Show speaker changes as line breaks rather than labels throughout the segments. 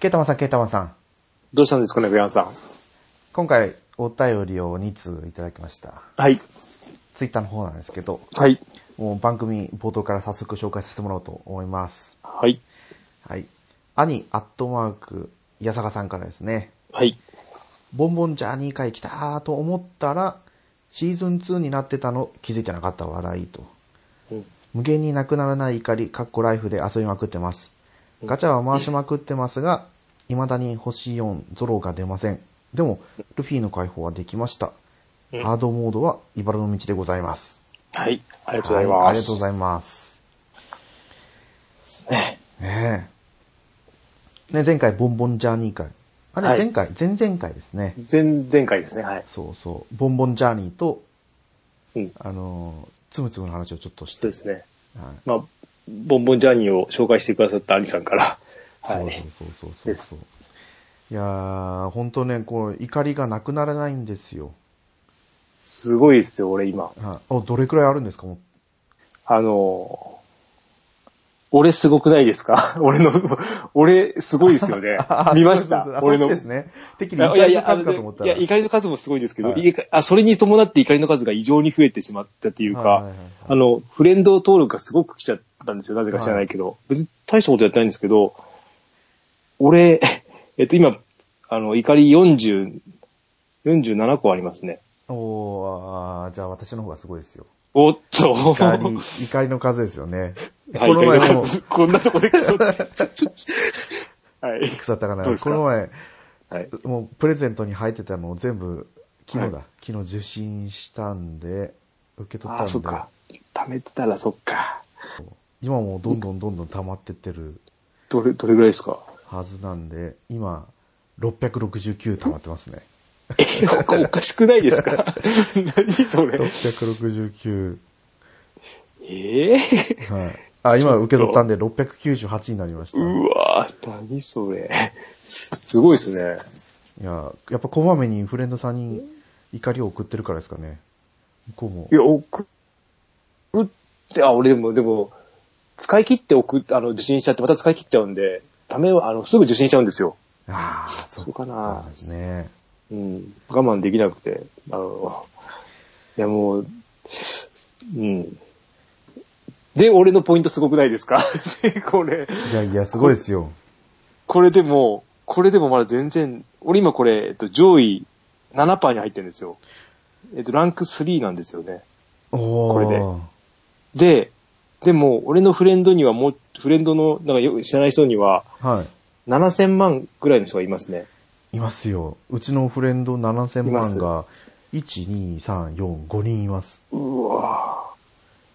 ケータマンさん、ケータマンさん。
どうしたんですかね、ブヤンさん。
今回、お便りを2通いただきました。
はい。
ツイッターの方なんですけど、
はい。
もう番組冒頭から早速紹介させてもらおうと思います。
はい。
はい。兄、アットマーク、矢坂さんからですね。
はい。
ボンボンジャーニー会来たーと思ったら、シーズン2になってたの気づいてなかった笑いと。
うん
無限になくならない怒り、かっこライフで遊びまくってます。ガチャは回しまくってますが、未だに星4、ゾロが出ません。でも、ルフィの解放はできました。
うん
ハードモードは茨の道でございます。
はい。ありがとうご
はい
ざい
あ
ま
りがとう
す。
ございます。ねえ。ね、前回、ボンボンジャーニー会。あれ、
はい
前回、前々回ですね。
前、前回ですね、はい。
そうそう。ボンボンジャーニーと、
うん。
あのー、つむつむの話をちょっとして。
そうですね。
はい
まあ、ボンボンジャーニーを紹介してくださったアリさんから。は
そう
い。
そうそうそうそう。いやー、ほんとね、こう、怒りがなくならないんですよ。
すごいですよ、俺今。
はい。お、どれくらいあるんですかもう
あのー俺すごくないですか 俺の、俺すごいですよね
あ。
見まし
そうそうそう
た
あ、
俺の。
そうですね。てっき
い
り怒
やい
りの
や、あ
数
の
かと
ね
思った
い
ら。
や、怒りの数もすごいですけど、
はい
いやあそれに伴って怒りの数が異常に増えてしまったっていう
はいはいは
か
いはい、
あの、フレンド登録がすごく来ちゃったんですよ。なぜか知らないけど。別に大したことやってないんですけど、俺、 えっと、今、あの、怒り40、47個ありますね。
おー、あーじゃあ私の方がすごいですよ。
おっと、
怒 り、怒りの数ですよね。こ
はい、
の前
怒りの
も、
数こんなとこで 競って。はい。
腐ったかな。
どうです
こ
か
の前、
はい。
もうプレゼントに入ってたのを全部、昨日だ。
は
昨日受信したんで、受け取っ
あ
た
あ、そ
ん
っ
で。
か。貯めてたらそっか。
今もうどんどんどんどん溜まってってる
どれ、どれぐらいですか
はずなんで、今、669溜まってますね。
え、おかしくないですか 何それ。
669。
ええ
はい。あ、今受け取ったんで698になりました。いう
わぁ、何それ。すごいですね。
や、やっぱこまめにフレンドさんに怒りを送ってるからですかね。向こうも
い。や、送送って、あ、俺でも、でも、使い切って送っ、あの、受信しちゃって、また使い切っちゃうんで、ためを、あの、すぐ受信しちゃうんですよ。
ああ、そ
そう
う
かな
ですね。
うん。我慢できなくて、あの、いや、もう、うん。で、俺のポイントすごくないですか これ。
いやいや、すごいですよ。
これでも、これでもまだ全然、俺今これ、えっと、上位7%に入ってるんですよ。えっと、ランク3なんですよね。
お
これで
ー。
で、でも、俺のフレンドにはもう、フレンドの、なんかよく知らない人には、
は
7000万ぐらいの人がいますね。
い。いますよ。うちのフレンド7000
いま
万
す
が、1、2、3、4、5人います。
うわぁ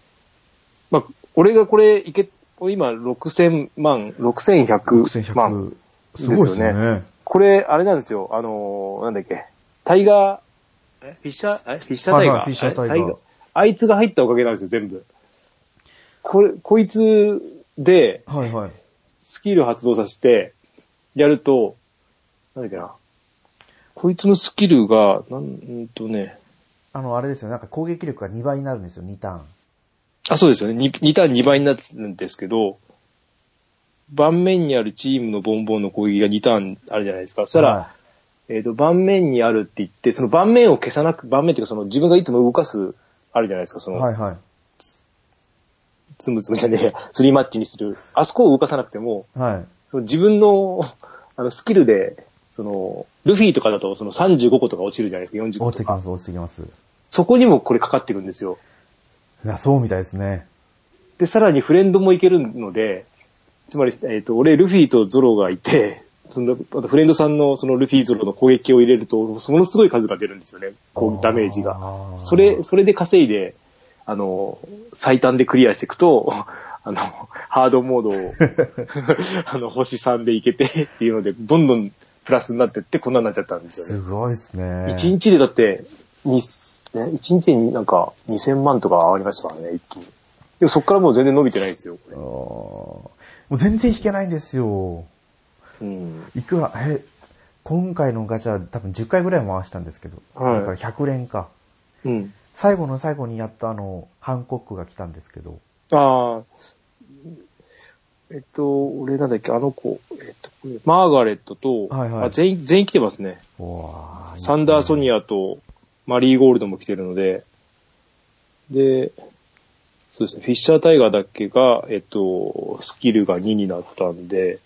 まあ、俺がこれ、いけ、今6000万、6100
6100。
万。
すごいですよ
ですよ
ね。
これ、あれなんですよ。あのーなんだっけ。タイガー、えフィッシャー、えフィッシャータ
は
イ
い
ガ
は
ー。
いフィッシャータイガー
あれあいつが入ったおかげなんですよ、全部。これ、こいつで、
はいはい。
スキル発動させて、やると、なんだっけな。こいつのスキルが、なんうんとね、
あの、あれですよ、なんか攻撃力が2倍になるんですよ、2ターン。
あ、そうですよね。2, ターン2倍になってるんですけど、盤面にあるチームのボンボンの攻撃が2ターンあるじゃないですか。そしたら、
は
えっ、と、盤面にあるって言って、その盤面を消さなく、盤面っていうかその自分がいつも動かす、あるじゃないですか、そ
い、
の、
はいはい。
つむつむじゃねえや、 スリーマッチにする。あそこを動かさなくても、
はい。
その自分の、あの、スキルで、その、ルフィとかだと、その35個とか落ちるじゃないですか、40個
落ちて
と
きま
か。
す、落ちてきます。
そこにもこれかかってくるんですよ。
いや、そうみたいですね。
で、さらにフレンドもいけるので、つまり、えっ、と、俺、ルフィとゾロがいて、その、あとフレンドさんのそのルフィゾロの攻撃を入れると、ものすごい数が出るんですよね。こう、ダメージ
あー
が。それ、それで稼いで、あの、最短でクリアしていくと、 あの、ハードモードを、あの、星3でいけてっていうので、どんどんプラスになってって、こんなになっちゃったんですよ
す
ね。
ごいですね。
一日でだって、に、ね、一日になんか2000万とか上がりましたからね、一気に。でもそこからもう全然伸びてないですよ、こ
あ
れ
ー。もう全然引けないんですよ。
うん。
いくら、え、今回のガチャ多分10回ぐらい回したんですけど。
は
だ
い
から100連か。
うん。
最後の最後にやっとあの、ハンコックが来たんですけど。
ああ、えっと、俺なんだっけ、あの子、えっと、マーガレットと、
はいはい
あ全員、全員来てますね。
うわー
サンダーソニアとマリーゴールドも来てるので、で、そうですね、フィッシャータイガーだけが、えっと、スキルが2になったんで、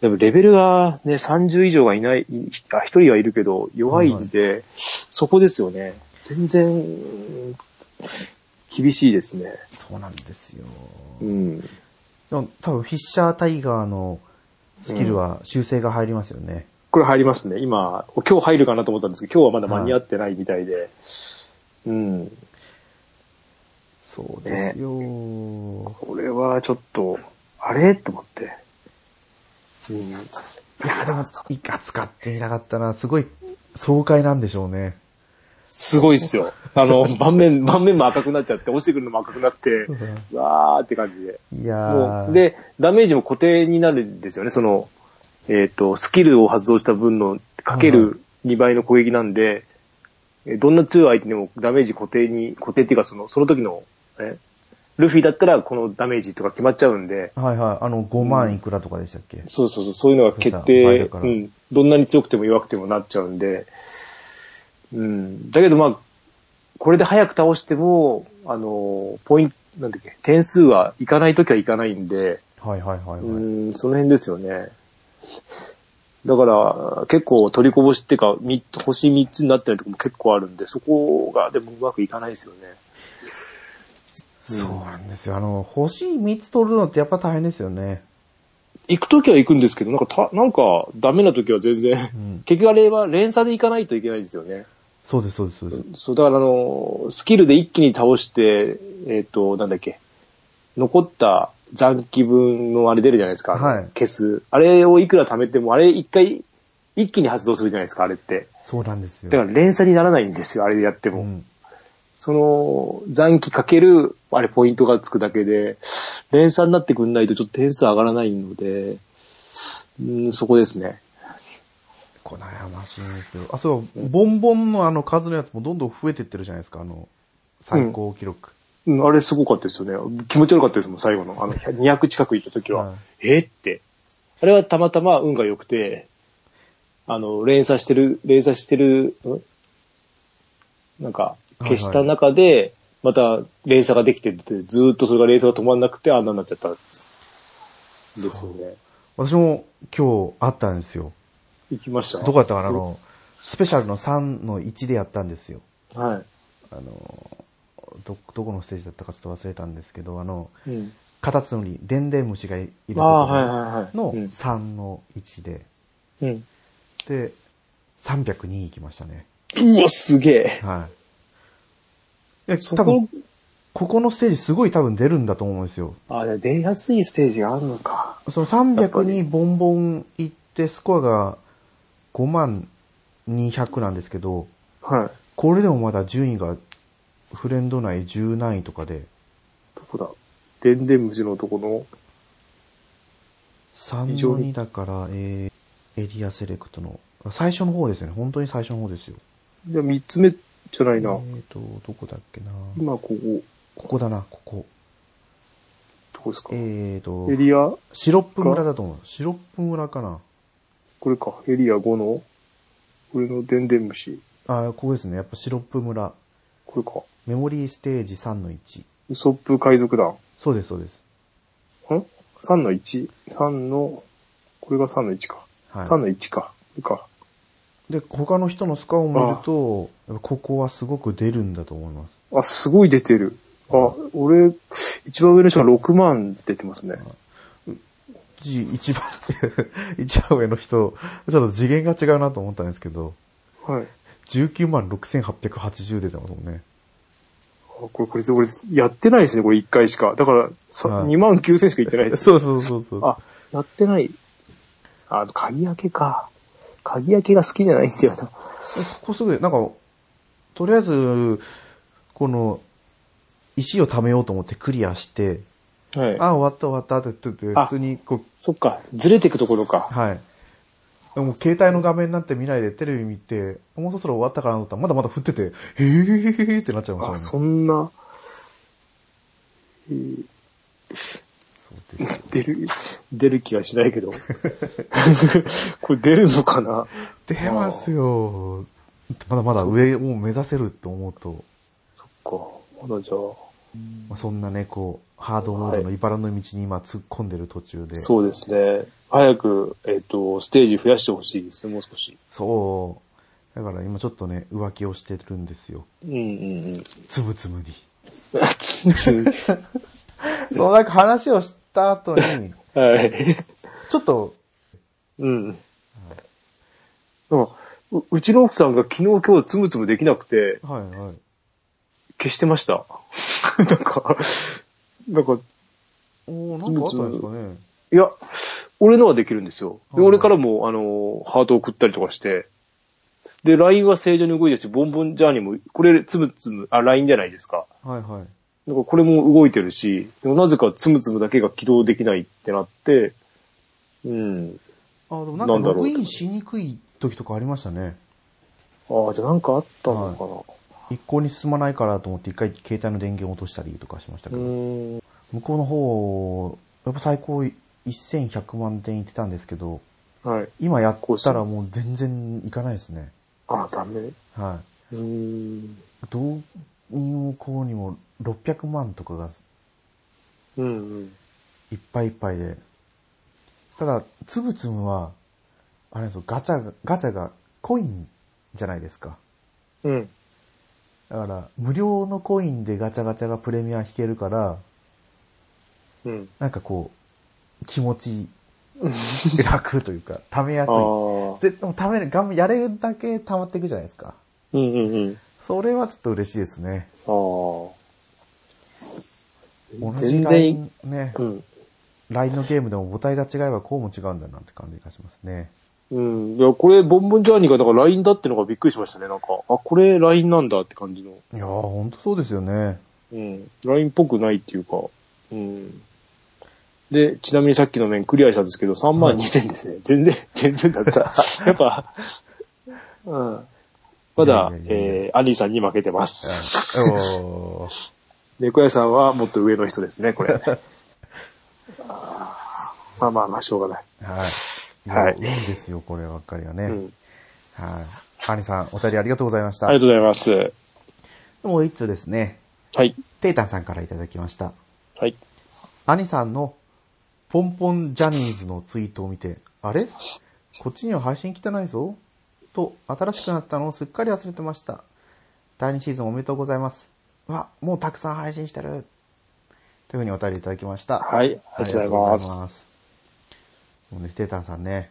でもレベルがね、30以上がいない、いあ、1人はいるけど、弱いんで、そこですよね。全然、うん厳しいですね。
そうなんですよ。
うん。
でも多分フィッシャータイガーのスキルは修正が入りますよね。
これ入りますね。今、今日入るかなと思ったんですけど、今日はまだ間に合ってないみたいで。うん。
そうですよ、
これはちょっと、あれと思って。うん。いや、でも、
いか使ってみたかったな。すごい爽快なんでしょうね。
すごいっすよ。あの、盤面、盤面も赤くなっちゃって、落ちてくるのも赤くなって、うわーって感じで。
いや
も
ー。
う、で、ダメージも固定になるんですよね、その、えっ、と、スキルを発動した分の、かけ
うんう
る2倍の攻撃なんで、えどんな強い相手にもダメージ固定に、固定っていうか、その、その時の、えルフィだったらこのダメージとか決まっちゃうんで、
はいはい。あの、5万いくらとかでしたっけ、
そうそうそう、そういうのが決
そう
定、
そう
う
前
ん。どんなに強くても弱くてもなっちゃうんで、うん。だけどまあ、これで早く倒しても、あの、ポイント、なんだっけ、点数はいかないときはいかないんで、
はいはいはいはい。
うん、その辺ですよね。だから、結構取りこぼしっていうか、み星3つになってるとこも結構あるんで、そこがでもうまくいかないですよね。
そうなんですよ。あの、星3つ取るのってやっぱ大変ですよね。
行くときは行くんですけど、なんかた、なんか、ダメなときは全然、
うん
結局あれは連鎖で行かないといけないんですよね。
そうですそうですそうです。
そう、だからあの、スキルで一気に倒して、えっ、と、なんだっけ、残った残機分のあれ出るじゃないですか。
はい
消す。あれをいくら貯めても、あれ一回、一気に発動するじゃないですか、あれって。
そうなんですよ。
だから連鎖にならないんですよ、あれでやっても。
うん、
その、残機かける、あれ、ポイントがつくだけで、連鎖になってくんないとちょっと点数上がらないので、うん、そこですね。
こう悩ましいんですけど。あ、そう、ボンボンのあの数のやつもどんどん増えてってるじゃないですか、あの、最高記録。
うん、あれすごかったですよね。気持ち悪かったですもん、最後の。あの、200近く行った時は。
は
えって。あれはたまたま運が良くて、あの、連鎖してる、連鎖してる、んなんか、消した中で、また連鎖ができてて、ずーっとそれが連鎖が止まんなくて、あんなになっちゃった。ですよね。
私も今日あったんですよ。
行きました。
どこやったかなあの、スペシャルの3の1でやったんですよ。
は
あの、ど、どこのステージだったかちょっと忘れたんですけど、あの、
い。うん。
カタツムリ、デンデン虫がいると
あ
こ
あ、はいはいはい。
ろ
う
の
ん。
3の1で、
うん
で、302行きましたね。
うわ、すげえ。
はい。いや、
そ
多
こ
分、、ここのステージすごい多分出るんだと思うんですよ。
あ、で出やすいステージがあるのか。
その300にボンボン行ってスコアが5万200なんですけど、
はい。
これでもまだ順位がフレンド内10何位とかで、
どこだでんでん虫のとこの、
3の2だから、えー、エリアセレクトの、最初の方ですね。本当に最初の方ですよ。
じゃあ3つ目じゃない
えっ、
な。
ー、と、どこだっけな
今ここ、ど
ここだな、ここ。
こですか、
えーと
エ、リア、
シロップ村だと思う。シロップ村かな
これか、エリア5の、これのでんでん虫。
あー、ここですね。やっぱシロップ村。
これか、
メモリーステージ3の1。
ウソップ海賊団。
そうです、そうです。
ん ?3 の1。3の、これが3の1か。
はい
3の1か。これか。
で、他の人のスコアを見ると、やっぱここはすごく出るんだと思います。
あ、すごい出てる。あ、俺、一番上の人が6万出てますね。
じ一番、 一番上の人、ちょっと次元が違うなと思ったんですけど、
はい。
19万6880出てますもんね。
あこれ、これ、俺、やってないですね、これ1回しか。だから、さ
はい
2万9000しかいってないです。
そうそうそうそう。
あ、やってない。あ、鍵開けか。鍵開けが好きじゃないんだよな。
ここすぐ、なんか、とりあえず、この、石を貯めようと思ってクリアして、
はい。
あ、終わった終わったって言ってて、
あ
普通にこう、
そっか、ずれてくところか。
はい。でも携帯の画面になって見ないでテレビ見て、もうそろそろ終わったかなと思ったらまだまだ降ってて、へーってなっちゃいま
あ、
したね。
そんな、
そそうですよ。
出る、出る気はしない けど。これ出るのかな
出ますよ。まだまだ上を目指せると思うと、
そっか。まだじゃあ。
まあ、そんなね、こう、ハードモードの茨の道に今突っ込んでる途中で。
そうですね。早く、えっ、と、ステージ増やしてほしいですね、もう少し。
そう。だから今ちょっとね、浮気をしてるんですよ。
うんうんうん。
つぶつぶに。
つつ
そう、なんか話をした後に、
は い。
ちょっと、
うん。でもううちの奥さんが昨日今日つむつむできなくて、
はいはい。
消してました。 なんか、なんか、
おーなんかあったんですかね。
いや、俺のはできるんですよ。で
はい
俺からも、あの、ハートを送ったりとかして、で、LINE は正常に動いてるし、ボンボンジャーニーも、これ、つむつむ、あ、LINE じゃないですか。
はいはい。
だからこれも動いてるし、でもなぜかつむつむだけが起動できないってなって、うん。
あ、でもなん
な
か
んだ
ロ
ろう
グインしにくい時とかありましたね。
ああ、じゃあなんかあったのかな。
一向に進まないからと思って一回携帯の電源を落としたりとかしましたけ
う
ど、
ーん。
向こうの方、やっぱ最高1100万点いってたんですけど、
はい。
今やったらもう全然いかないですね。
ああ、ダメ。う
は
ーん。
い。動員をこうにも600万とかが
うんうん。
いっぱいいっぱいで。ただ、つぶつぶは、あれですよ、ガチャが、ガチャがコインじゃないですか。
うん。
だから、無料のコインでガチャガチャがプレミア引けるから、
うん。
なんかこう、気持ち楽という か、貯めやす
ああ。
い。絶対もう貯める、頑張やれるだけ溜まっていくじゃないですか。
うんうんうん。
それはちょっと嬉しいですね。
あ
同
あ。
じ
全然、
LINE ね
う、ん。
LINE のゲームでも母体が違えばこうも違うんだなって感じがしますね。
うん。いや、これ、ボンボンジャーニーが、だから LINE だってのがびっくりしましたね。なんか、あ、これ LINE なんだって感じの。
いやー、ほんとそうですよね。
うん。LINE っぽくないっていうか。うん。で、ちなみにさっきの面クリアしたんですけど、3万2000ですね。全然、全然だった。やっぱ、うん。まだ
いや、いやいやい
えー、アニーさんに負けてま
う
す。
んおー
猫屋さんはもっと上の人ですね、これ。あー まあまあまあ、しょうがない。
はい。
はい
やいいんですよ、こればっかりはね。
うん。
はい。アニさん、お便りありがとうございました。
ありがとうございます。
もう一通ですね。
はい。
テイタンさんからいただきました。
はい。
アニさんのポンポンジャニーズのツイートを見て、あれこっちには配信来てないぞと、新しくなったのをすっかり忘れてました。第2シーズンおめでとうございます。うわ、もうたくさん配信してる。というふうにお便りいただきました。
はい。ありがとうございます。
す。もうね、テータンさんね、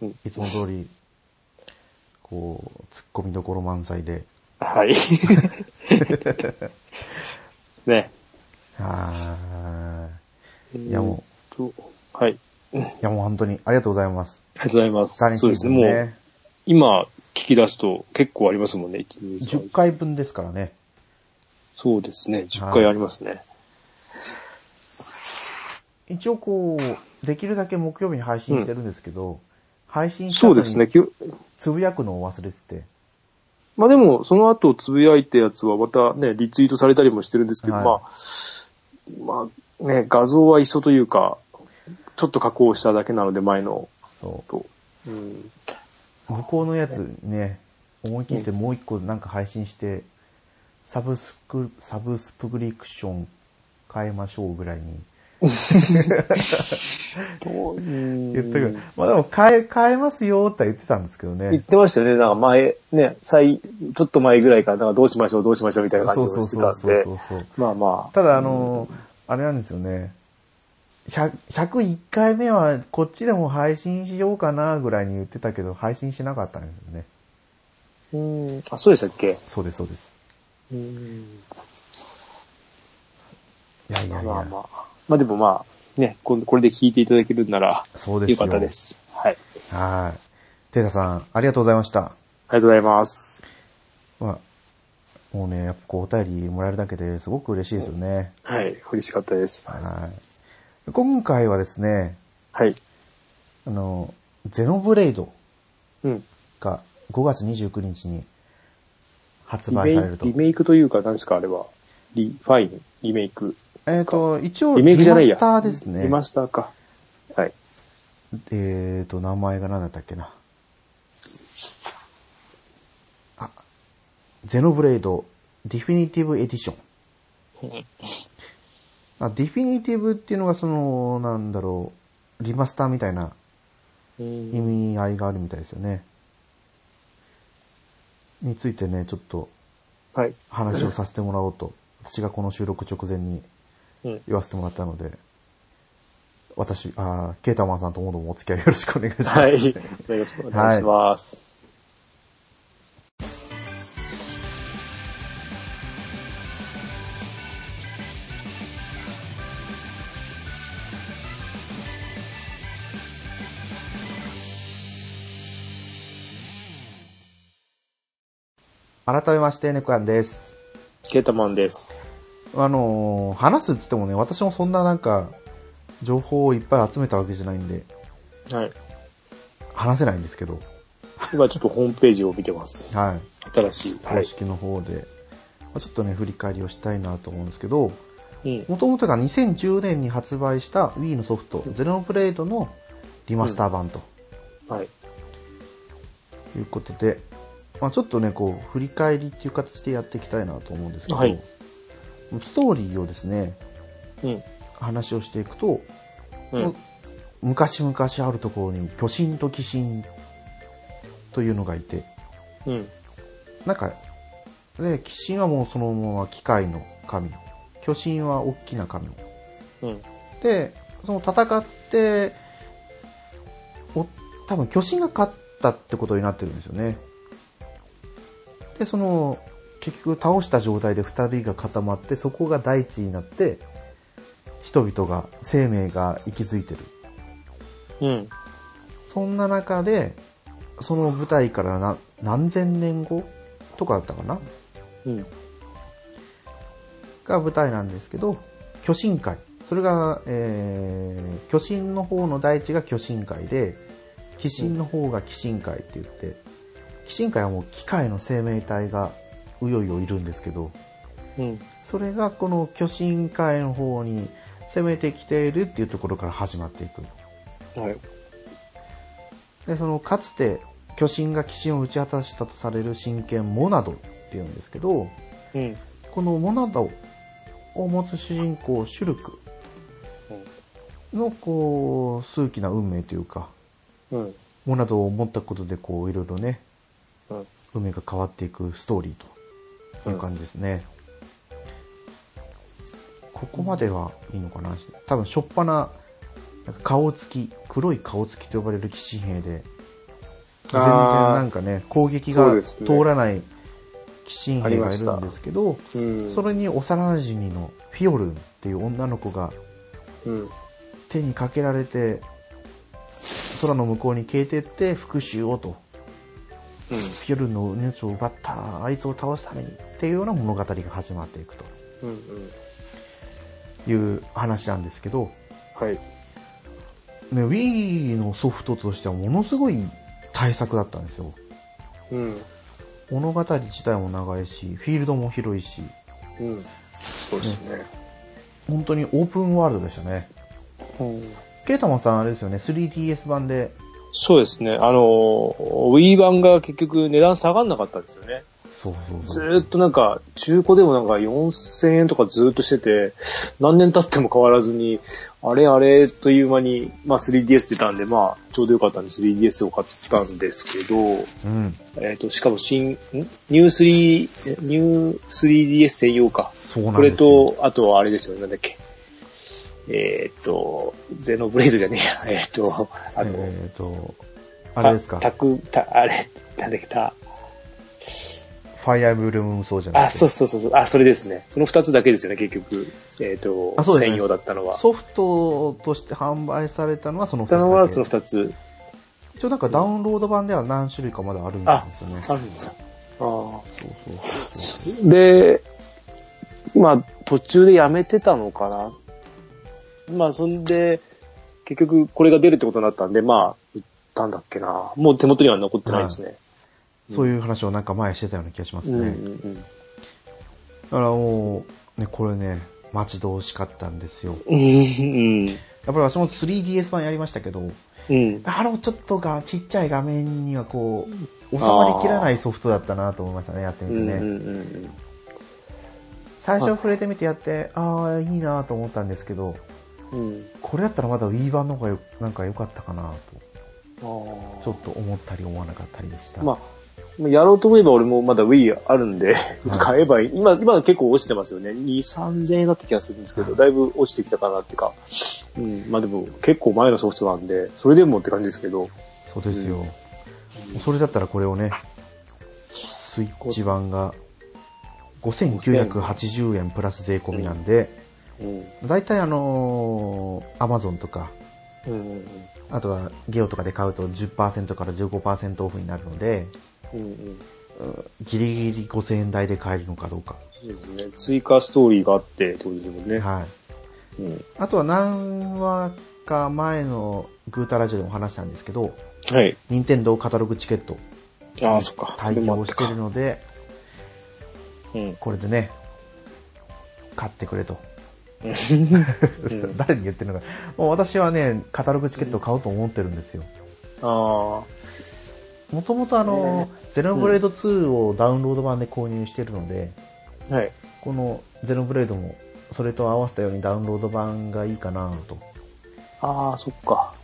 うん
いつも通り、こう、突っ込みどころ満載で、
はい。 ね。
はーい。いやも
う。はい。
う、いやもう本当にありがとうございます。
ありがとうございます。
第2シ
そう
ー
です
ズ
ね。
ン
も
ね。
う、今、聞き出すと結構ありますもんね。1 2 3
10回分ですからね。
そうですね。10
はい
回ありますね。
一応こう、できるだけ木曜日に配信してるんですけど、配信した
そ
後
うですね。
に
きゅ
つぶやくのを忘れてて、
まあでも、その後つぶやいたやつはまたね、リツイートされたりもしてるんですけど、
はい
まあ、まあね、画像は一緒というか、ちょっと加工しただけなので前の
そう
と。うん。
向こうのやつね、思い切ってもう一個なんか配信して、サブスク、サブスプリクション変えましょうぐらいに言ったけど、まあでも変え、変えますよっては言ってたんですけど
言っ
ね。
てましたよね。なんか前、ね、最、ちょっと前ぐらいから、なんかどうしましょう、どうしましょうみたいな感
そ
じ
うそ
を
う
して
そ
た
うんそう
で
そ。うそう。
まあまあ。
ただあの、あれなんですよね。100 101回目はこっちでも配信しようかなぐらいに言ってたけど、配信しなかったんですよね。
うん、あ、そうでしたっけ
そうです、そうです。
うん。
いやいやいや。
まあまあ。まあでもまあ、ね、こんこれで聞いていただけるんなら、
そうです
よ
よ。
かったで。す。はい。
はい。テータさん、ありがとうございました。
ありがとうございます。
まあ、もうね、やっぱこうお便りもらえるだけですごく嬉しいですよね。
はい。嬉しかったです。
はい。今回はですね、
はい。
あの、ゼノブレイド
うん。
が5月29日に発
リ
売
メイ
される
ク、
と
リ。メイクというか、何ですか、あれは。リ、ファイン、リメイク。
えっ、と、一応、
リメイクじゃないや。
リマスターですね。
リマスターか。はい。
えっ、と、名前が何だったっけな。あ、ゼノブレード、ディフィニティブエディション。あ、ディフィニティブっていうのがその、なんだろう、リマスターみたいな意味合いがあるみたいですよね。についてね、ちょっと
はい。
話をさせてもらおうと、私がこの収録直前に
うん。
言わせてもらったので、私、あーケータマンさんともどもお付き合いよろしくお願いします。
はい。よろしくお願いします。
改めまして、ネコヤンです。
ケータマンです。
あのー話すって言ってもね、私もそんななんか、情報をいっぱい集めたわけじゃないんで、
はい。
話せないんですけど、
今ちょっとホームページを見てます。
はい。
新しい。は
公
い。
式の方で、まあちょっとね、振り返りをしたいなと思うんですけど、
うん。
もともとが2010年に発売した Wii のソフト、ゼノブレードのリマスター版と
はい。
いうことで、まあちょっとね、こう、振り返りっていう形でやっていきたいなと思うんですけど、
はい
ストーリーをですね、
うん。
話をしていくと、
うん。
昔々あるところに巨神と鬼神というのがいて、
うん。
なんか、で、鬼神はもうそのまま機械の神。巨神は大きな神。
うん。
で、その戦って、お多分巨神が勝ったってことになってるんですよね。で、その、結局倒した状態で二人が固まって、そこが大地になって、人々が、生命が息づいてる。
うん。
そんな中で、その舞台からな何千年後とかだったかな
うん。
が舞台なんですけど、巨神界。それが、えー、巨神の方の大地が巨神界で、鬼神の方が鬼神界って言って、鬼神界はもう機械の生命体がうよいよいるんですけど、
うん。
それがこの巨神界の方に攻めてきているっていうところから始まっていく。
はい。
で、その、かつて、巨神が鬼神を打ち果たしたとされる神剣モナドっていうんですけど、
うん。
このモナドを持つ主人公、シュルクの、こう、数奇な運命というか、
うん。
モナドを持ったことで、こう、いろいろね、
うん。
運命が変わっていくストーリーという感じですね。ここまではいいのかな多分、しょっぱな、なんか顔つき、黒い顔つきと呼ばれる騎士兵で、全然
あー
なんかね、攻撃
そ
が
うですね
通らない騎士兵がいる
ありました
んですけど、
うん。
それに幼馴染のフィオルンっていう女の子が
うん。
手にかけられて、空の向こうに消えてって復讐をと、フィオルンの命を奪った、あいつを倒すためにっていうような物語が始まっていく
うん。うん。
という話なんですけど、
はい。
ね、Wii のソフトとしてはものすごい対策だったんですよ。
うん。
物語自体も長いし、フィールドも広いし、
うん。そうですね。
本当にオープンワールドでしたね。
うん
ケータマンさんあれですよね、3DS 版で、
そうですね。あの、Wii 版が結局値段下がんなかったんですよね。
そうそう
ず
そう。
ーっとなんか、中古でもなんか4000円とかずーっとしてて、何年経っても変わらずに、あれあれという間に、まあ 3DS 出たんで、まあちょうどよかったんで 3DS を買ったんですけど、
うん。
えっ、と、しかも新、んニュー3、ニュー 3DS 専用か。
そうなん
こ
で
れ
すよ
と、あとはあれですよね、なんだっけ。えっ、と、ゼノブレイドじゃねえや。えっ、 と、あの、
えっ、と、あれですか、
た
フ
たく、た、あれ、なんだっけ、た、
ァイアーブルームそうじゃな
あ、
くて。
そうそうそうそう、あ、それですね。その二つだけですよね、結局。えっ、と、
あそうですね
専用だったのは。
ソフトとして販売されたのはその2つ
だったのは、そ
だ
の二つ。
け。一応なんかダウンロード版では何種類かまだあるん
あ、
ですよね。
あるんだ。あ
そうそうそう
あ。で、まあ、途中でやめてたのかな。まあ、そんで、結局これが出るってことになったんで、まあ、売ったんだっけな。もう手元には残ってないですね。
そういう話をなんか前してたような気がします
う
ね。
んう
だ
んうん。
からもう、ね、これね、待ち遠しかったんですよ。
うん。
やっぱり私も 3DS 版やりましたけど、
うん。
あのちょっとがちっちゃい画面にはこう、収まりきらないソフトだったなと思いましたね、やってみ
う
て
ん。
ね。
うん。
最初触れてみてやって、ああ、いいなと思ったんですけど、
うん。
これだったらまだ Wii 版の方がよなんか良かったかな
ああ
と、ちょっと思ったり思わなかったりでした。
まあ、やろうと思えば俺もまだ Wii あるんで、買えばいい。今、今結構落ちてますよね。2、3000円だった気がするんですけど、だいぶ落ちてきたかなっていうか。うん。まあでも結構前のソフトなんで、それでもって感じですけど。
そうですよ。それだったらこれをね、スイッチ版が5980円プラス税込みなんで、
うん。
だいたいあのー、Amazon とか、
うん。
あとはゲオとかで買うと10%から15%オフになるので、
うん。うん。
ギリギリ5000円台で買えるのかどうか。
そうですね。追加ストーリーがあってってことですもんね。
はい。
うん。
あとは何話か前のグータラジオでも話したんですけど、
はい。
任天堂カタログチケット
ああ、そっか。そ
対
れもあ
応
った
して
か
る。ので、
うん。
これでね、買ってくれと。
うん
誰に言ってるのか。もう私はね、カタログチケットを買おうと思ってるんですよ。
あ
もともとあの、ゼノブレード2をダウンロード版で購入してるので、
あ。はい。
このゼノブレードも、それと合わせたようにダウンロード版がいいかなと。
ああ、そっか。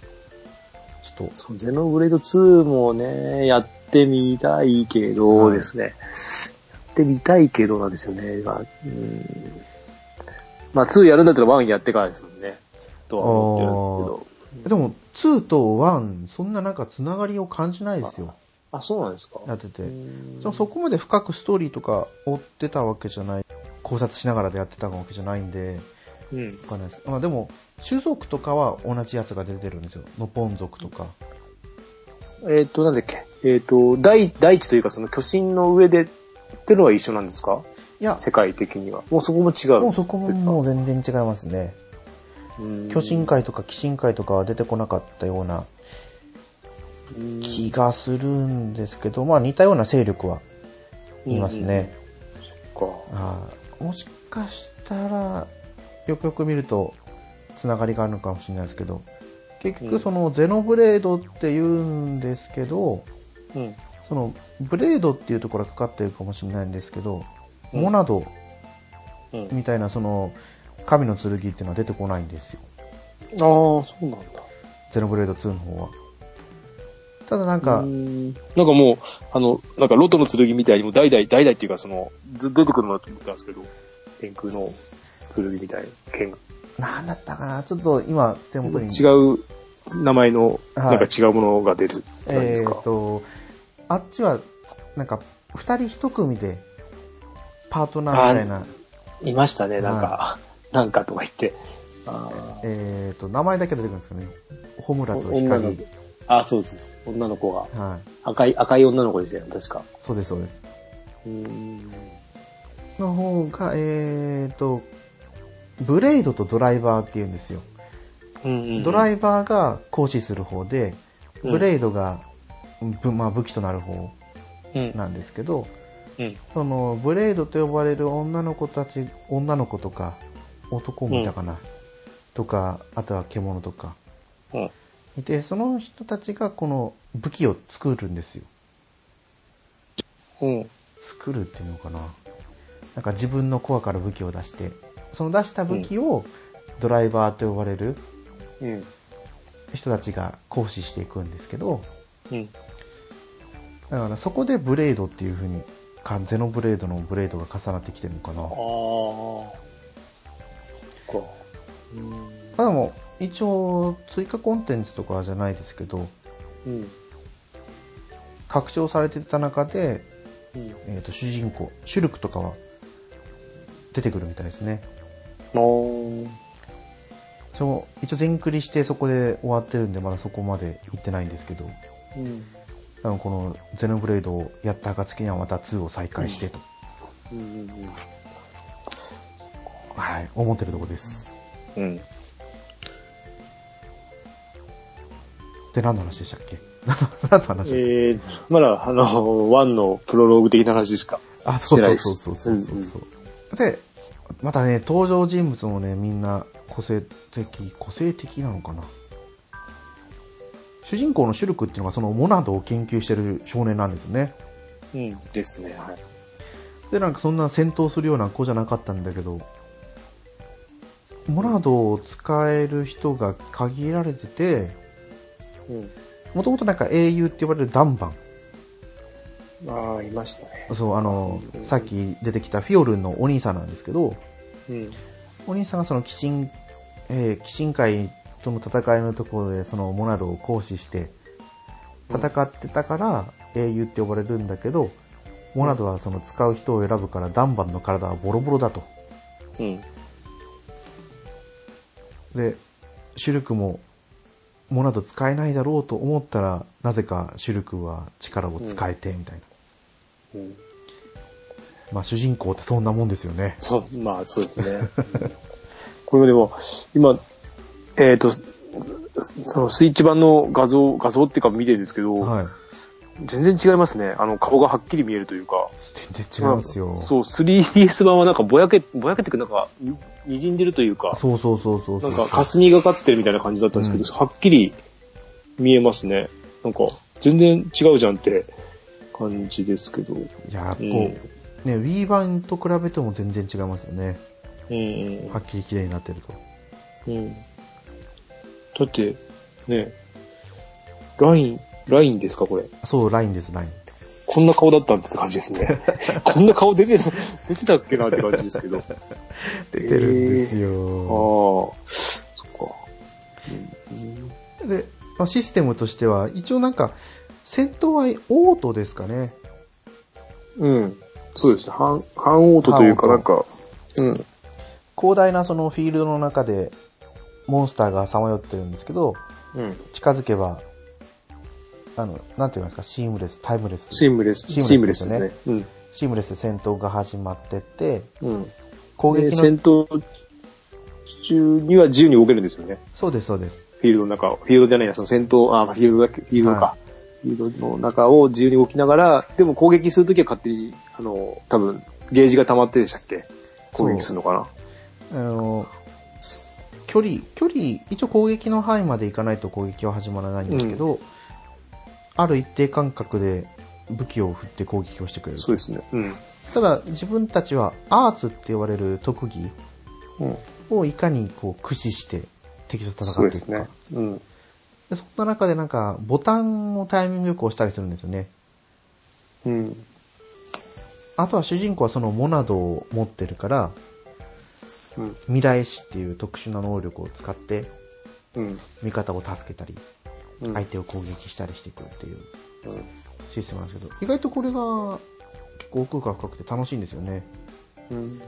ちょっと、
そう、ゼノブレード2もね、やってみたいけど
はい
ですね。やってみたいけどなんですよね。まあ、うん。まあ、2やるんだったら1やってからですもんね。とは思ってるんですけ
でも、2と1、そんななんかつながりを感じないですよ。
ど。あ、そうなんですか
やってて
う。ん
でもそこまで深くストーリーとか追ってたわけじゃない。考察しながらでやってたわけじゃないんで、
うん。
わかんないです。まあでも、種族とかは同じやつが出てるんですよ。ノポン族とか。
えっ、と、なんだっけ。えっ、と、大、大地というかその巨神の上でってのは一緒なんですか
いや、
世界的には。もうそこも違う。
もうそこももう全然違いますね。
うん
巨神界とか鬼神界とかは出てこなかったような
うん
気がするんですけど、まあ似たような勢力は言いますね。
そっか。
あーもしかしたら、よくよく見ると、つながりがあるのかもしれないですけど、結
う
局
ん
そのゼノブレードって言うんですけど、
うん。
そのブレードっていうところがかかってるかもしれないんですけど、
うん
モナド
うん。
みたいなその神の剣っていうのは出てこないんですよ。
ああ、そうなんだ。
ゼノブレード2の方は。ただなん
う
か
ー、んなんかもう、あの、なんかロトの剣みたいにもう代々、代々っていうかその、ず出てくるのだと思ったんですけど、天空の剣みたいな剣が、
なんだったかなちょっと今手元に。
違う名前の、
はい
なんか違うものが出るって感じ
え
です
っ、
か。
と、あっちは、なんか、二人一組で、パートナーみたいな、
いましたね、なんか、
は
なんかとか言って。あー
えっ、と、名前だけ出てくるんですよね。ホムラと
女の
光。
子。あ、そうそうそう。女の子が。
はい。
赤い、赤い女の子ですよね、確か。
そうです、そうです。
うーん。
の方が、えっ、と、ブレイドとドライバーって言うんですよ。
うんうんうん
ドライバーが行使する方で、
うん
ブレイドが、ぶまあ、武器となる方
うん。
なんですけど、
うん。
そのブレードと呼ばれる女の子たち女の子とか男もいたかな、とかあとは獣とか
うん。
いてその人たちがこの武器を作るんですよ
うん。
作るっていうのかななんか自分のコアから武器を出してその出した武器をドライバーと呼ばれる
うん。
人たちが行使していくんですけど
うん。
だからそこでブレードっていう風にかゼノブレードのブレードが重なってきてるのかな
ああ。そっか。
まあでも、一応、追加コンテンツとかじゃないですけど、
うん。
拡張されてた中で、
うん。
えっと主人公、シュルクとかは出てくるみたいですね。
おー
その一応全クリしてそこで終わってるんで、まだそこまで行ってないんですけど、
うん。
多分このゼノブレイドをやった暁にはまた2を再開してと、
うん。
はい、思ってるとこです。
うん。
で、何の話でしたっけ 何の
え
話、
ー、まだ、あの、ワンのプロローグ的な話しか。
あ、そう
してな
そ
いうです
そうそうそうそう、で、またね、登場人物もね、みんな個性的、個性的なのかな。主人公のシュルクっていうのがそのモナドを研究してる少年なんですよね。
うん。ですね。はい。
で、なんかそんな戦闘するような子じゃなかったんだけど、モナドを使える人が限られてて、
うん。
もともとなんか英雄って呼ばれるダンバン。
ああ、いましたね。
そう、あの、さっき出てきたフィオルンのお兄さんなんですけど、
うん。
お兄さんがその鬼神、えー鬼神界との戦いのところでそのモナドを行使して戦ってたから英雄って呼ばれるんだけど、モナドはその使う人を選ぶからダンバンの体はボロボロだと。
うん。
で、シュルクもモナド使えないだろうと思ったら、なぜかシュルクは力を使えてみたいな。
うん、
まあ主人公ってそんなもんですよね。
そう、まあそうですね。うん これでも、今、えっ、と、そのスイッチ版の画像、画像っていうか見てるんですけど、
はい。
全然違いますね。あの、顔がはっきり見えるというか。
全然違うんですよ。
そう、3DS 版はなんかぼやけ、ぼやけてくなんか、に滲んでるというか、
そうそうそうそうそ
な
うん
か霞がかってるみたいな感じだったんですけど、
うん
はっきり見えますね。なんか、全然違うじゃんって感じですけど。
いや
うん
ー、こう、ね、Wii 版と比べても全然違いますよね。
うん、
はっきり綺麗になってると。
うん。だって、ね、ライン、ラインですか、これ。
そう、ラインです、ライン。
こんな顔だったんって感じです ね。こんな顔出て、出てたっけなって感じですけど。あ
出てるんです
あ、
よ。
そっか。うん
で、まあ、システムとしては、一応なんか、戦闘はオートですかね。
うん。そうですね。半、半オートというか、
半
な
オ
ん
ー
か、うん。
広大なそのフィールドの中で、モンスターがさまよってるんですけど、
うん。
近づけば、あの、なんて言いますか、シームレス、タイムレス。
シームレス、シ
シー
ーム
ム
レ
レ
ス
ス
で
ですす
ね
ね。
うん。
シームレスで戦闘が始まってって、
うん。
攻
で
撃の、
戦闘中には自由に動けるんですよね。
そうです、そうです。
フィールドの中を、フィールドじゃないや、その戦闘、あ、フィールドだけ、フィールドか。
は
フィールドの中を自由に動きながら、でも攻撃するときは勝手に、あの、多分、ゲージが溜まってでしたっけ攻撃するのかな
あの、距離、距離、一応攻撃の範囲までいかないと攻撃は始まらないんですけど、ある一定間隔で武器を振って攻撃をしてくれる。
そうですね。うん。
ただ、自分たちはアーツって呼ばれる特技
うん。
をいかにこう駆使して敵と戦
そう
っ
で
ていく
す
か。
ね。うん。
でそんな中でなんか、ボタンをタイミングよく押したりするんですよね。
うん。
あとは主人公はそのモナドを持ってるから、
うん。
未来視っていう特殊な能力を使って、
うん。
味方を助けたり、
うん。
相手を攻撃したりしていくっていう
うん
システムなんですけど、意外とこれが結構奥が深くて楽しいんですよね。
うん。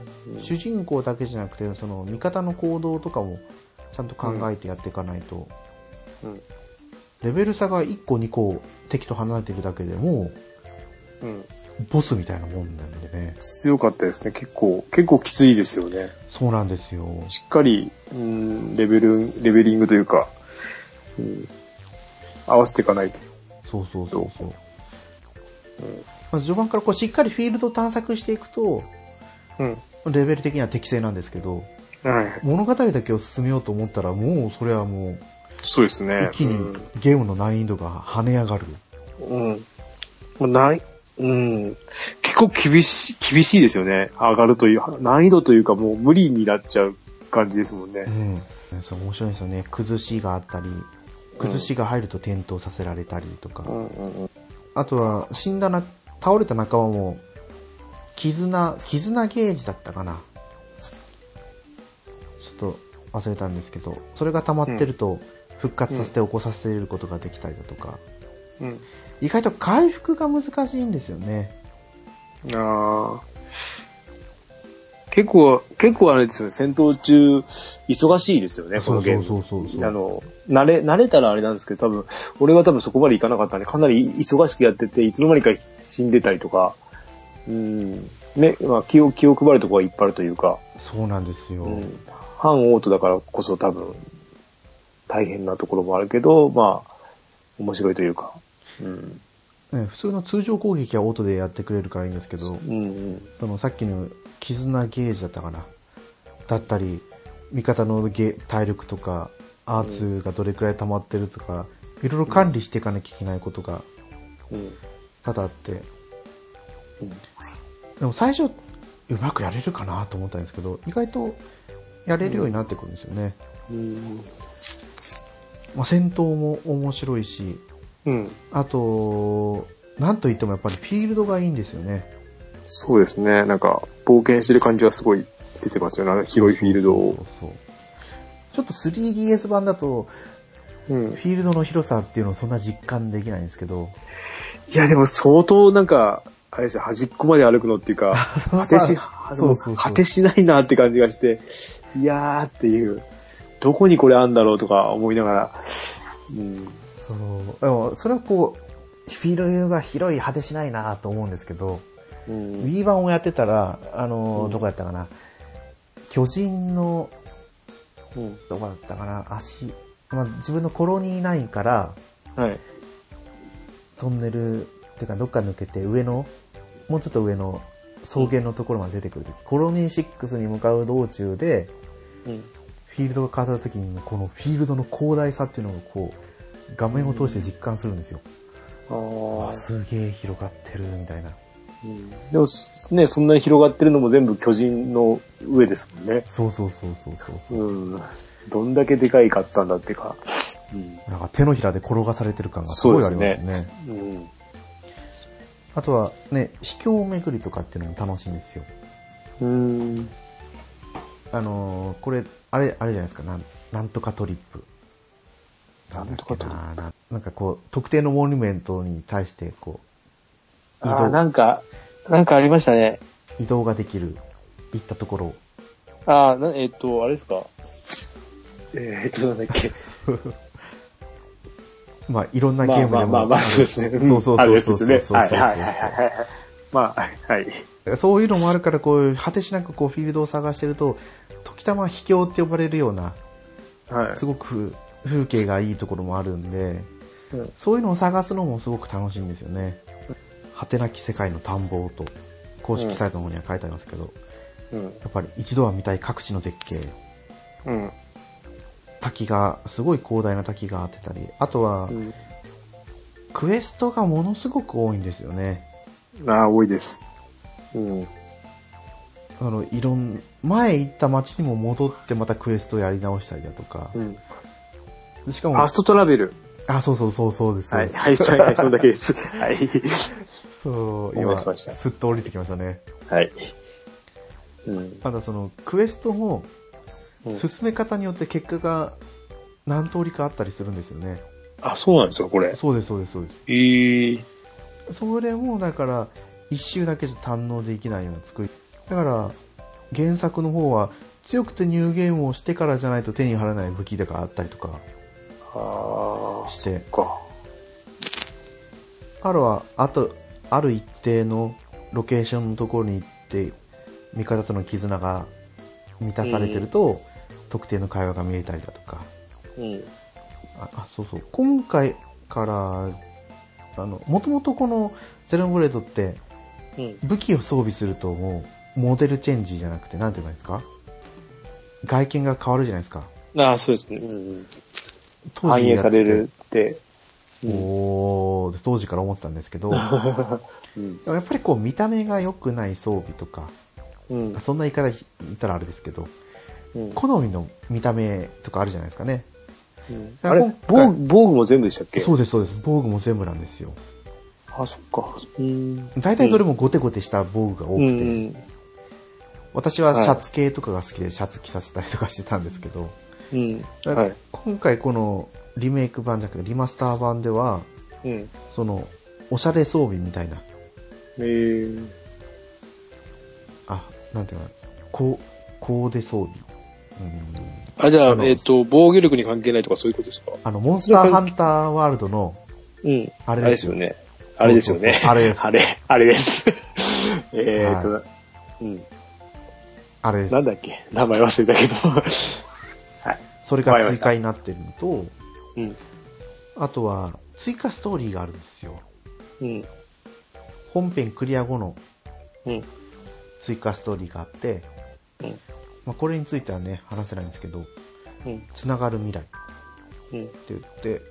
主人公だけじゃなくて、その味方の行動とかもちゃんと考えてやっていかないと、
うん。
レベル差が1個2個敵と離れていくだけでも
うん。
う、ボスみたいなもんなんでね。
強かったですね。結構、結構きついですよね。
そうなんですよ。
しっかり、うん、レベル、レベリングというか、うん、合わせていかないと。
そうそうそうそう。まあ、序盤からこうしっかりフィールドを探索していくと、
うん。
レベル的には適正なんですけど、
はい。
物語だけを進めようと思ったらもうそれはもう
そうですね。
一気にゲームの難易度が跳ね上がる。
うん。うん。まあない、うん。結構厳しい、厳しいですよね。上がるという、難易度というかもう無理になっちゃう感じですもんね
う。ん。そう、面白いんですよね。崩しがあったり、崩しが入ると転倒させられたりとか。
んうん
あとは、死んだな、倒れた仲間も、絆、絆ゲージだったかな。ちょっと忘れたんですけど、それが溜まってると、復活させて起こさせることができたりだとか。
うん。
意外と回復が難しいんですよね。
うん。ああ。結構、結構あれですよね。戦闘中、忙しいですよね、こ
そ
の
う
ゲー
そ
ム
う。そうそうそう。
あの、慣れ、慣れたらあれなんですけど、多分、俺は多分そこまで行かなかったんで、かなり忙しくやってて、いつの間にか死んでたりとか、うん、ね、まあ気を、気を配るところがいっぱいあるというか、
そうなんですよ。
うん、半オートだからこそ多分、大変なところもあるけど、まあ、面白いというか、うん、
ね普通の通常攻撃はオートでやってくれるからいいんですけど、
うん、
そのさっきの絆ゲージだったかな。だったり、味方のゲ体力とか、アーツがどれくらい溜まってるとか、いろいろ管理していかなきゃいけないことが
うん。
多々あって、
うん。
でも最初、うまくやれるかなと思ったんですけど、意外とやれるようになってくるんですよね。
うん。
まあ、戦闘も面白いし、
うん。
あと、なんといってもやっぱりフィールドがいいんですよね。
そうですね。なんか、冒険してる感じはすごい出てますよね。あの広いフィールドを。
そうそうちょっと 3DS 版だと、
うん。
フィールドの広さっていうのをそんな実感できないんですけど、
いや、でも相当なんか、あれですよ、端っこまで歩くのっていう か、
そう
果てし、
そう
でも
そうそう
果てしないなって感じがして、いやーっていう、どこにこれあんだろうとか思いながら、うん。
その、でもそれはこう、フィールドが広い果てしないなと思うんですけど、
うん。
Wii 版をやってたら、あの、どこやったかな、巨人の、
うん
どこだったかな、足、まあ、自分のコロニーナインから、
はい。
トンネルっていうかどっか抜けて上のもうちょっと上の草原のところまで出てくるとき、コロニー6に向かう道中で
うん。
フィールドが変わったときにこのフィールドの広大さっていうのをこう画面を通して実感するんですよ、
あ
あ
ー
すげえ広がってるみたいな
うんでも、ね、そんなに広がってるのも全部巨人の上ですもんね。
そうそうそうそうそうそう
うん。どんだけでかいかったんだってか。うん。
なんか手のひらで転がされてる感がすごいありますね
そうでうん。
あとはね秘境巡りとかっていうのも楽しいんですよ
うん。
あのーこれあれあれじゃないですかなんなんとかトリップ
なんとかと。
なななんかこう、特定のモニュメントに対して、こう、移
ああ、
動
なんか、なんかありましたね。
移動ができる、行ったところを。
ああ、なえっと、あれですか。
えーっと、なんだっけ。
まあ、いろんなゲー
まあ
ムで
まあ
も。
まあまあ、そうですね。
そうそうそうそうそう。
んあるやつですね。はいはいはいはい
い
はい。まあ、はい。
そういうのもあるから、こう、果てしなくこう、フィールドを探してると、時たま秘境って呼ばれるような、
はい
す。ごく風景がいいところもあるんで、
うん
そういうのを探すのもすごく楽しいんですよね。果てなき世界の田んぼをと、公式サイトの方には書いてありますけど、
うん。
やっぱり一度は見たい各地の絶景、
うん。
滝が、すごい広大な滝があってたり、あとは
う、ん
クエストがものすごく多いんですよね。
ああ、多いです。うん。
あの、いろん、前行った街にも戻ってまたクエストをやり直したりだとか
う。ん。
しか
フ
も、
ァーストトラベル。
あ、そうそうそうそうです。
はい。はい、はい、はい、そんだけです。 はい。
そう、
思い
今、
出しました
すっと降りてきましたね。
はい。うん。
ただその、クエストも、
うん
進め方によって結果が何通りかあったりするんですよね。
あ、そうなんですか、これ。
そうです、そうです、そうで
ええ。
す。それも、だから、一周だけじゃ堪能できないような作り。だから、原作の方は、強くてニューゲームをしてからじゃないと手に入らない武器とかあったりとか
ああ、
し
そ
て
っ、か。
あるは、あと、ある一定のロケーションのところに行って、味方との絆が満たされてると、特定の会話が見れたりだとか。
うん。
あ、あそうそう。今回から、あの、もともとこのゼロブレードって、
うん。
武器を装備するともう、モデルチェンジじゃなくて、なんて言えばいいんですか外見が変わるじゃないですか。
ああ、そうですね。うん。
当
反
時
映
やっ
されるって。
おー、当時から思ってたんですけど、 でも
うん。
やっぱりこう見た目が良くない装備とか、
うん。
そんな言い方言ったらあれですけど、
うん。
好みの見た目とかあるじゃないですかね。
あれ
今
防
回
具、防具も全部でしたっけ
そうです、そうです。防具も全部なんですよ。
あ、そっか。うん。
大体どれもゴテゴテした防具が多
う
くて、
ん。
私は
はい
シャツ系とかが好きでシャツ着させたりとかしてたんですけど、
うん。
だから
はい。
今回このリメイク版じゃなくてリマスター版では、
うん。
その、おしゃれ装備みたいな、
えー、
あ、なんていうのかな、こう、コーデ装備。うん
あ、じゃ
あの
あ、えっ、と、防御力に関係ないとかそういうことですか
あの、モンスターハンターワールドの、
うん。
あ
あ
れ
れ
で
ですす
よ
よね。あれですよね
そう。そうそうあれです
あれ、あれです。 えーっと、うん。
あれです
なん。だっけ名前忘れたけど。 はい。
それが追加になってるのと、
うん。
あとは、追加ストーリーがあるんですよ。
うん。
本編クリア後の
うん。
追加ストーリーがあって、
うん
まあ、これについてはね、話せないんですけど、
うん
つながる未来
うん
って言って、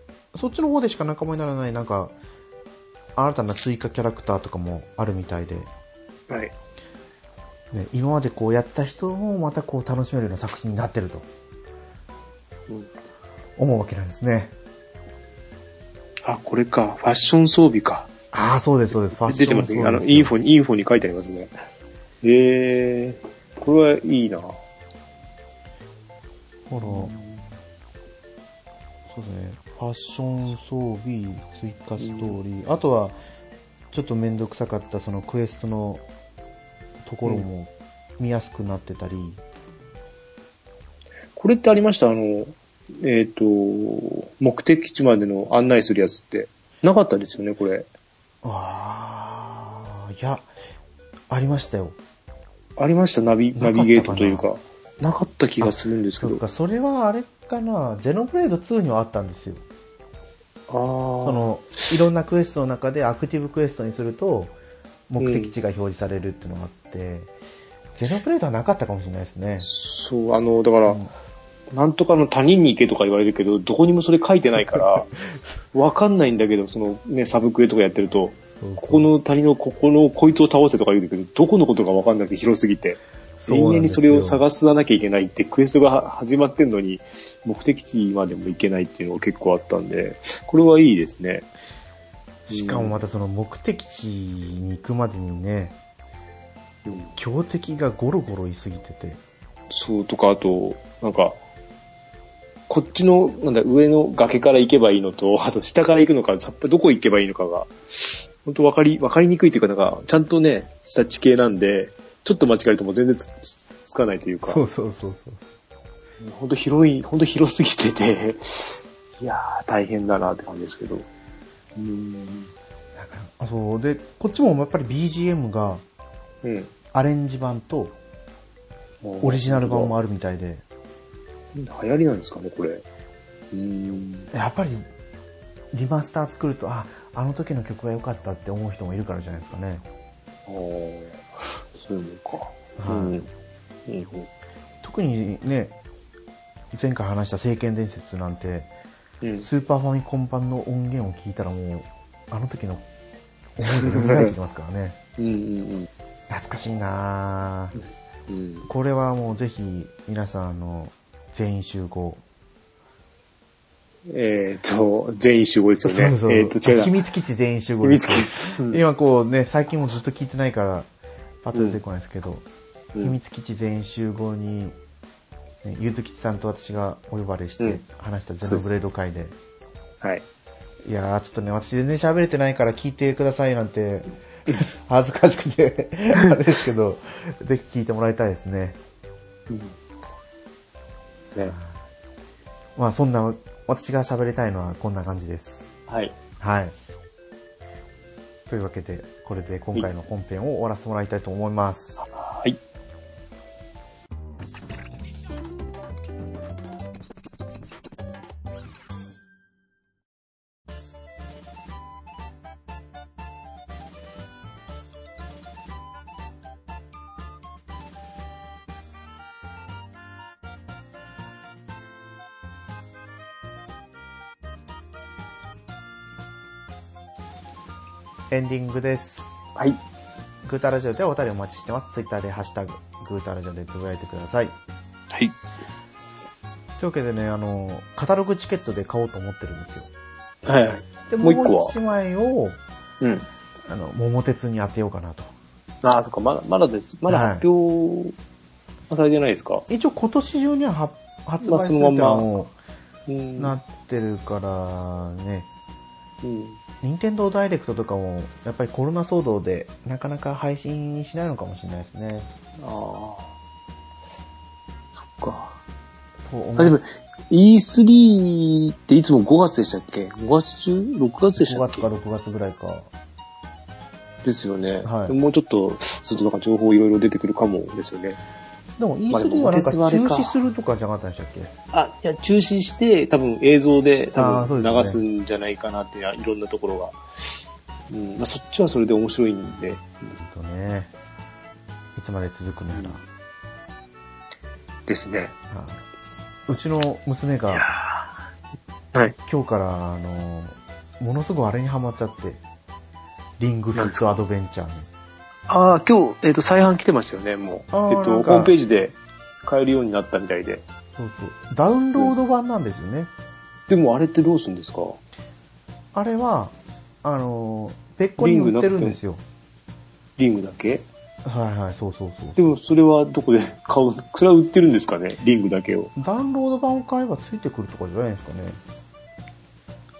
そっちの方でしか仲間にならない、なんか、新たな追加キャラクターとかもあるみたいで、
はい。
ね、今までこうやった人もまたこう楽しめるような作品になってると
うん
思うわけなんですね。
あ、これか。ファッション装備か。
ああ、そうです、そうです。ファッシ
出て
ョン
ま
もそ
す
う
ね。
です
あの、インフォに、インフォに書いてありますね。えー、これはいいな。
ほら、そうですね。ファッション装備、追加ストーリー。あとは、ちょっとめんどくさかったそのクエストのところも見やすくなってたり、
これってありましたあの、えっ、と、目的地までの案内するやつって。なかったですよね、これ。
ああ、いや、ありましたよ。
ありました、ナビ、
なかった
ナ
かな
ビゲートというか。なかった気がするんですけ
そう
ど。
か、
あ
それはあれかな、ゼノブレード2にはあったんですよ。
あー
その、いろんなクエストの中でアクティブクエストにすると、目的地が表示されるっていうのがあって、ゼノブレードはなかったかもしれないですね。
そう、あの、だから、
うん
なんとかの他人に行けとか言われるけど、どこにもそれ書いてな いから、わかんないんだけど、そのね、サブクエとかやってると、
そう
ここの他人の、ここのこいつを倒せとか言うけど、どこのことかわかんなくて広すぎて、
そう
永
な
遠
ん
に
です
そ
よ
れを探さなきゃいけないって、クエストが始まってんのに、目的地までも行けないっていうのが結構あったんで、これはいいですね。
しかもまたその目的地に行くまでにね、
うん
強敵がゴロゴロいすぎてて、
そうとか、あと、なんか、こっちの、なんだ、上の崖から行けばいいのと、あと下から行くのか、さっぱりどこ行けばいいのかが、本当わかり、わかりにくいというか、なんか、ちゃんとね、下地形なんで、ちょっと間違えるともう全然つ、つ、つかないというか、
そうそうそうそう。
本当広い、本当広すぎてて、 いやー、大変だなって感じですけど。うーん。
なんかあそう、で、こっちもやっぱり BGM が
うん。
アレンジ版とオリジナル版もあるみたいで、
流行りなんですかね、これ。うーん。
やっぱりリマスター作ると、あ、あの時の曲が良かったって思う人もいるからじゃないですかね。
ああ、そういうのか。
はい
うん。うん
特にね、前回話した聖剣伝説なんて、
うん。
スーパーファミコン版の音源を聞いたらもう、あの時の思い出が蘇ってきますから ね。
うんうん
懐かしいなぁ。
うん。うん。
これはもうぜひ、皆さん、あの、全員集合。
えっ、と、全員集合ですよね。
そうそう
えっ、と、違うな。
秘密基地全員集合
秘
で
密
す
基。地。うん
今こうね、最近もずっと聞いてないから、パッと出てこないですけど、
うん
秘密基地全員集合に、ね、ゆずきちさんと私がお呼ばれし
う
て
ん
話したゼロブレード会で、
はい。
いやー、ちょっとね、私全然喋れてないから聞いてくださいなんて、 恥ずかしくて、 あれですけど、ぜひ聞いてもらいたいですね。
ね。
まあそんな、私が喋りたいのはこんな感じです。
はい。
はい。というわけで、これで今回の本編を終わらせてもらいたいと思います。
はい。
エンディングです。
はい。
グータラジオではお便りお待ちしてます。ツイッターでハッシュタグ、グータラジオでつぶやいてください。
はい。
というわけでね、あの、カタログチケットで買おうと思ってるんですよ。
はいはい。
で、
もう一個は
もう一枚を、
うん。
あの、桃鉄に当てようかなと。
ああ、そっか、まだ、まだです。まだ
はい
発表、されてないですか
一応今年中には発発
まあ
売す
そ
る
の
っていうの
まんま
はも
うん
うなってるからね、
うん。
任天堂ダイレクトとかも、やっぱりコロナ騒動で、なかなか配信しないのかもしれないですね。
ああ。そっか。
と思う
あ、でも、E3 っていつも5月でしたっけ ?5 月中 ?6 月でし
5
たっけ
月か6月ぐらいか。
ですよね。
はい
もうちょっと、するとなんか情報いろいろ出てくるかもですよね。
でも
まあでも
E3 はなんか中
桃鉄はあれか
止するとかじゃなかったんでしたっけ
あ、いや、中止して、多分映像で、
あ
多
ーそう
分
で
流
す
す
ね
んじゃないかなって、いろんなところが。うん、まあ、そっちはそれで面白いんで。
ちょっとね、いつまで続くのかな。
ですね。
はいうちの娘が、
はい
今日から、あの、ものすごいあれにハマっちゃって、リングフィットアドベンチャーに。
ああ、今日、えっ、と、再販来てましたよね、もう。
あー
えっ、
な
と、
ん
ホ
か
ームページで買えるようになったみたいで。
そうそう。ダウンロード版なんですよね。
でも、あれってどうするんですか
あれは、あの、別個に売ってるんですよ。
リングだけ
はいはい、そうそうそう。
でも、それはどこで 買うそれは売ってるんですかねリングだけを。
ダウンロード版を買えばついてくるとかじゃないですかね。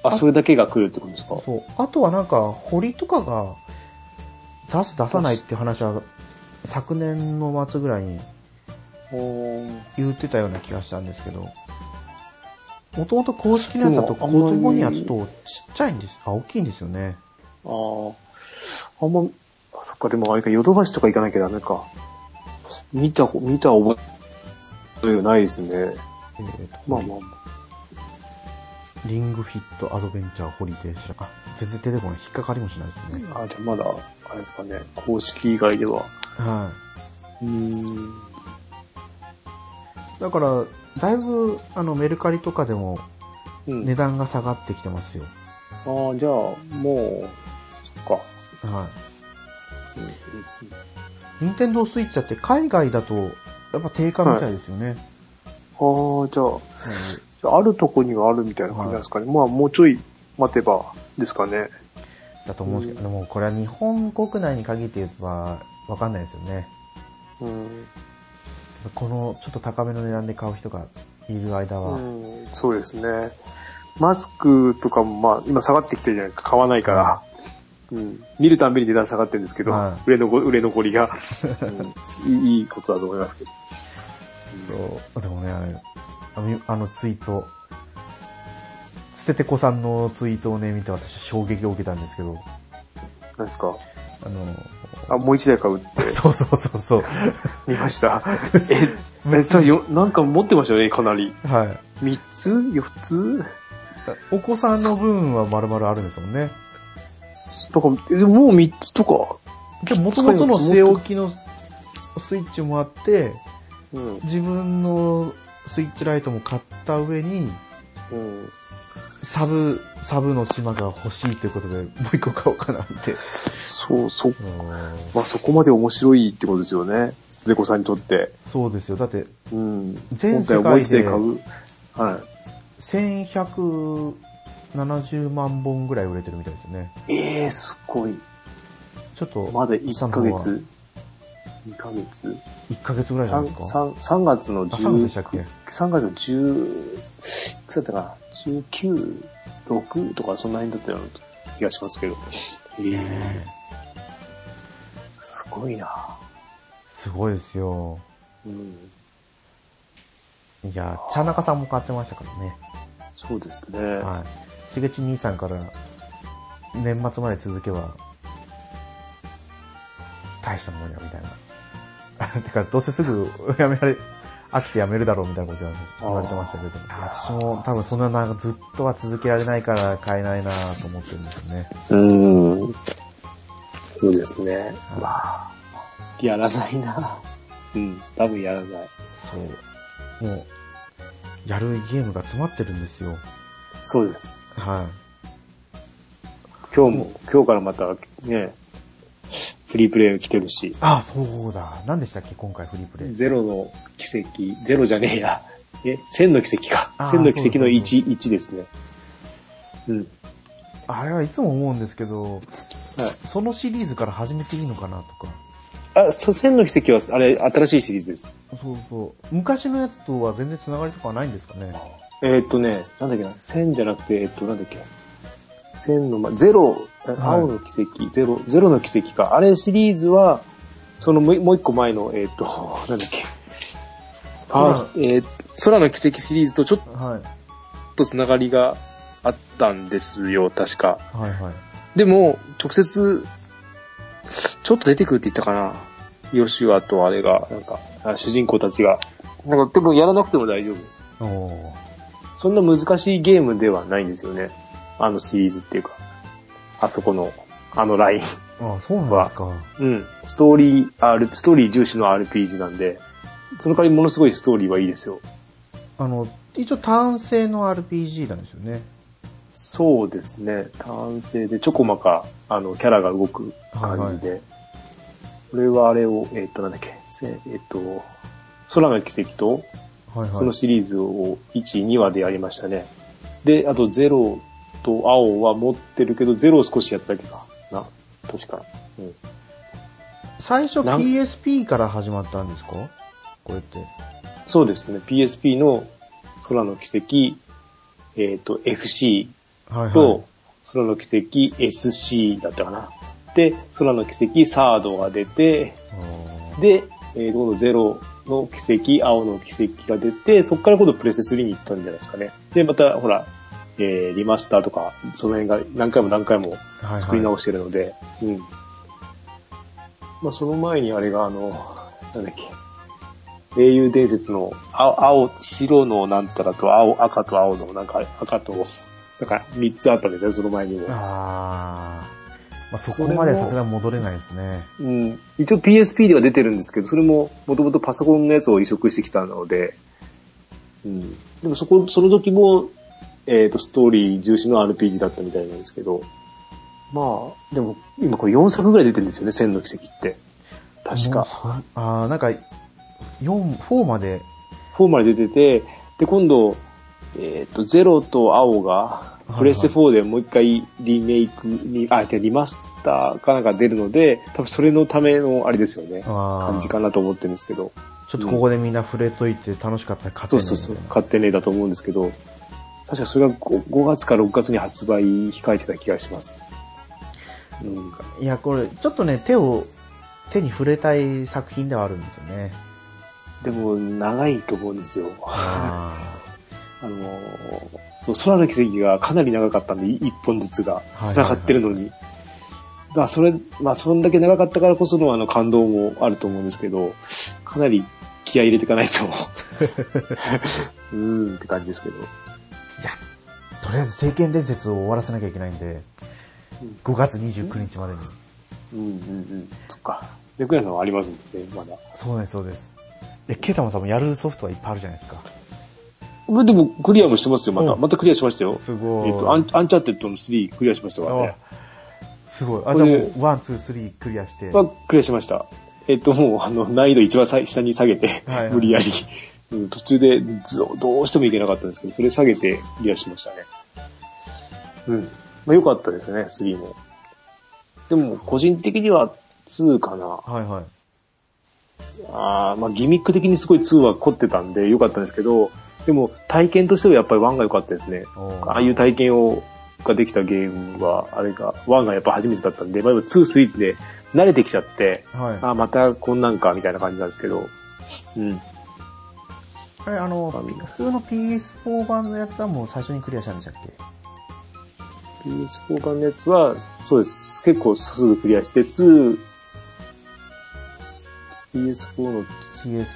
あ、それだけが来るってことですか
そう。あとはなんか、堀とかが、出す出さないって話は、昨年の末ぐらいに
おー
言ってたような気がしたんですけど、もともと公式のやつだと
でもあ
子
んまり
供にはちょっとちっちゃいんです。あ、大きいんですよね。
ああ、あんま、あそっか、でもあれか、ヨドバシとか行かなきゃダメか。見た、見た覚えがないですね。
えーと
まあまあま
リングフィットアドベンチャーホリデー知らあ、全然出てこない。引っかかりもしないですね。
あ。あ、じゃあまだ、あれですかね、公式以外では。
は
うーん。
い。だから、だいぶ、あの、メルカリとかでも
うん、
値段が下がってきてますよ。
ああ、じゃあ、もう、そっか。
はい。
うんうんうん
任天堂スイッチだって海外だと、やっぱ定価みたいですよね。
ああ、じゃあ、あるとこにはあるみたいな感じなんですかね。まあ、もうちょい待てば、ですかね。
だと思うんですけど、でもこれは日本国内に限って言えばわかんないですよね。
うん。
このちょっと高めの値段で買う人がいる間は、
うん、そうですね。マスクとかも、まあ、今下がってきてるじゃないですか。買わないから。うん。見るたんびに値段下がってるんですけど、
は
売れ残売れ残 りが、うんいい、いいことだと思いますけど。
そうでもね、あれあのあのツイート、捨ててこさんのツイートをね、見て私衝撃を受けたんですけど、
何ですか
あの、
あ、もう一台買うって
そうそうそうそう。
見ま した。え、えっと、よなんか持ってましたよね、かなり。
はい。
三つ四つ
お子さんの分は丸々あるんですもんね。
とか、えでももう三つとか。
で、もともとの据え置きのスイッチもあって、
うん。
自分のスイッチライトも買った上に、
うん。
サブ、サブの島が欲しいということで、もう一個買おうかなって。
そう、そ、まあそこまで面白いってことですよね。スネコさんにとって。
そうですよ。だって、
うん。
全世界で
今回もう一台買う。はい。
1170万本ぐらい売れてるみたいですよね。
ええすごい。
ちょっと、
まだ1ヶ
おっさんの方は
月。2ヶ月。
1ヶ月ぐらいじゃないですか。
3, 3月の
あ、3
10
でしたっけ
3月の10、いくつだったかな ?19、6とかそんな辺だったような気がしますけど。ええすごいな
すごいですよ。
うん。
いや、茶中さんも買ってましたからね。
そうですね。
はい。しげち兄さんから、年末まで続けば、大したもんや、みたいな。 あてか、どうせすぐ やめられ、飽きてやめるだろう、みたいなこと言われてましたけど。私も多分そんなな、ずっとは続けられないから買えないなと思ってるんですよね。
うん。そうですね。まあ、やらないなうん、多分やらない。
そう。もう、やるゲームが詰まってるんですよ。
そうです。
はい。
今日も、今日からまたね、フリープレイが来てるし、
あ、そうだ。何でしたっけ、今回フリープレイ。
ゼロの奇跡、ゼロじゃねえや、え、千の奇跡か
あ。ー
千の奇跡の
そう
1、1ですね。うん。はい。
あれはいつも思うんですけど、そのシリーズから始めていいのかなとか。
あ、そう、千の奇跡は、あれ、新しいシリーズです。
そうそう。昔のやつとは全然つながりとかはないんですかね。
えーっとね、なんだっけな、千じゃなくて、えーっと、なんだっけ、千の、ま、ゼロ、あ
はい
青の奇跡、ゼロ、ゼロの奇跡か。あれシリーズは、そのもうもう一個前の、えーっと、 なんだっけ、ファースト、えー空の奇跡シリーズとちょっと
はい。
ちょっとつながりがあったんですよ、確か。
はいはい。
でも、直接、ちょっと出てくるって言ったかな。ヨシュアとあれが、なんか、あ主人公たちが。なんか、でもやらなくても大丈夫です。
おお。
そんな難しいゲームではないんですよね。あのシリーズっていうか、あそこの、あのライン。
あそうなんですか。
うん。ストーリー、R、ストーリー重視の RPG なんで、その代わりものすごいストーリーはいいですよ。
あの、一応単性の RPG なんですよね。
そうですね。単性で、ちょこまか、あの、キャラが動く感じで。これはあれを、えっ、と、なんだっけ、せえっ、と、空の奇跡と、
はいはい。
そのシリーズを1、2話でやりましたね。で、あとゼロと青は持ってるけど、ゼロを少しやっただけかな。確か。うん。
最初
なん
PSP から始まったんですかこれって。
そうですね。PSP の空の奇跡、えっ、と、FC
はいはい。
と、空の奇跡 SC だったかな。で、空の奇跡サードが出て、
あー
で、えー、今度ゼロの奇跡、青の奇跡が出て、そこから今度プレステ3に行ったんじゃないですかね。で、また、ほら、えー、リマスターとか、その辺が何回も何回も
はいはい
作り直してるので、うん。まあ、その前にあれが、あの、なんだっけ、英雄伝説の、青、青白のなんたらと、青、赤と青の、なんか、赤と、なんか、三つあったんですね、その前にも。
あーまあ、そこまではさすがに戻れないですね。
うん。一応 PSP では出てるんですけど、それももともとパソコンのやつを移植してきたので、うん。でもそこ、その時も、えっ、と、ストーリー重視の RPG だったみたいなんですけど、まあ、でも今これ4作ぐらい出てるんですよね、千の奇跡って。確
もう
か。
そん。ああ、なんか、4、4まで、
4まで出てて、で、今度、えっ、と、ゼロと青が
いは、い
プレステ4でもう一回リメイクに、あ、じゃあリマスターかなんか出るので、多分それのためのあれですよね。
あ
感
あ、
じ
ちょ
かなと思ってるんですけど。
っとここでみんな触れといて楽しかったら勝て
そう
ない
そうそう
みたい。な
勝手ねえだと思うんですけど、確かそれが 5, 5月か6月に発売控えてた気がします。うん、
いや、これ、ちょっとね、手を、手に触れたい作品ではあるんですよね。
でも、長いと思うんですよ。あ
あ
のーそう、空の奇跡がかなり長かったんで、い一本ずつが
いはいはい
繋がってるのに。だからそれ、まあ、そんだけ長かったからこそのあの感動もあると思うんですけど、かなり気合い入れていかな いと、うーんって感じですけど。
あ、いや、 とりあえず聖剣伝説を終わらせなきゃいけないんで、5月29日までに。
うんうんうん。そっか。で、クヤさんはありますもんね、まだ。
そうです、そうです。え、ケイタマンさんもやるソフトはいっぱいあるじゃないですか。
まあでも、クリアもしてますよ、また。
うん
またクリアしましたよ。
すごい
えっ、とアン、アンチャーテッドの3クリアしましたから
あ
ね。
すごい。あ、じ
こ
ゃあも
れ
う、ワン、ツー、スリークリアして。
は、クリアしました。えっ、と、もう、あの、難易度一番最下に下げて、
はいはい
無理やり。うん、途中でず、どうしてもいけなかったんですけど、それ下げてクリアしましたね。うん。まあ、良かったですね、3も。でも、個人的には2かな。
はいはい。
あーまあ、ギミック的にすごい2は凝ってたんで良かったんですけど、でも体験としてはやっぱり1が良かったですね。
おー
ああいう体験をができたゲームは、あれが、1がやっぱ初めてだったんで、まあ、2、3で慣れてきちゃって、
はい。
あーまたこんなんかみたいな感じなんですけど、うん。
あれ、あの、
あみんな
普通の PS4 版のやつはもう最初にクリアしたんでしたっけ
PS4 版のやつは、そうです。結構すぐクリアして、2、PS4 の
?PS4。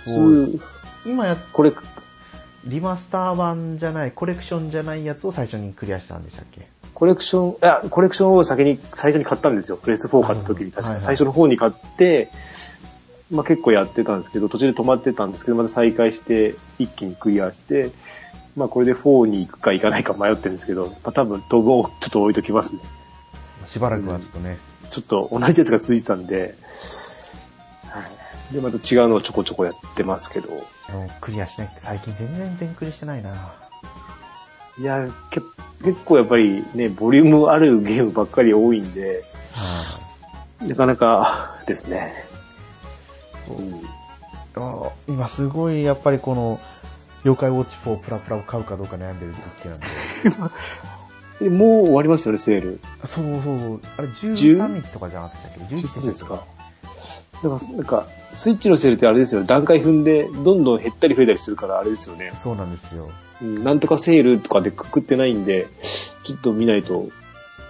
2、
今や、
これ、
リマスター版じゃない、コレクションじゃないやつを最初にクリアしたんでしたっけ
コレクション、いや、コレクションを先に、最初に買ったんですよ。プレステ4買った時に確か、
はいはい
最初の方に買って、まあ結構やってたんですけど、途中で止まってたんですけど、また再開して、一気にクリアして、まあこれで4に行くか行かないか迷ってるんですけど、まあ多分、当分をちょっと置いときますね。
しばらくはちょっとね。
ちょっと同じやつが続いてたんで、はい。で、また違うのをちょこちょこやってますけど、
あのクリアしない。最近全然全クリしてないな。
いや、け結構やっぱりね、ボリュームあるゲームばっかり多いんで、なかなかですね。うん
あの今すごいやっぱりこの、妖怪ウォッチ4プラプラを買うかどうか悩んでる時期なんで。
えもう終わりますよね、セール。
そうそうそう。あれ13日とかじゃなかったっけ ?11 日でしたっけ
ですか。なんか、なんか、スイッチのセールってあれですよね、段階踏んで、どんどん減ったり増えたりするから、あれですよね。
そうなんですよ。
うん、なんとかセールとかでくくってないんで、ちょっと見ないと、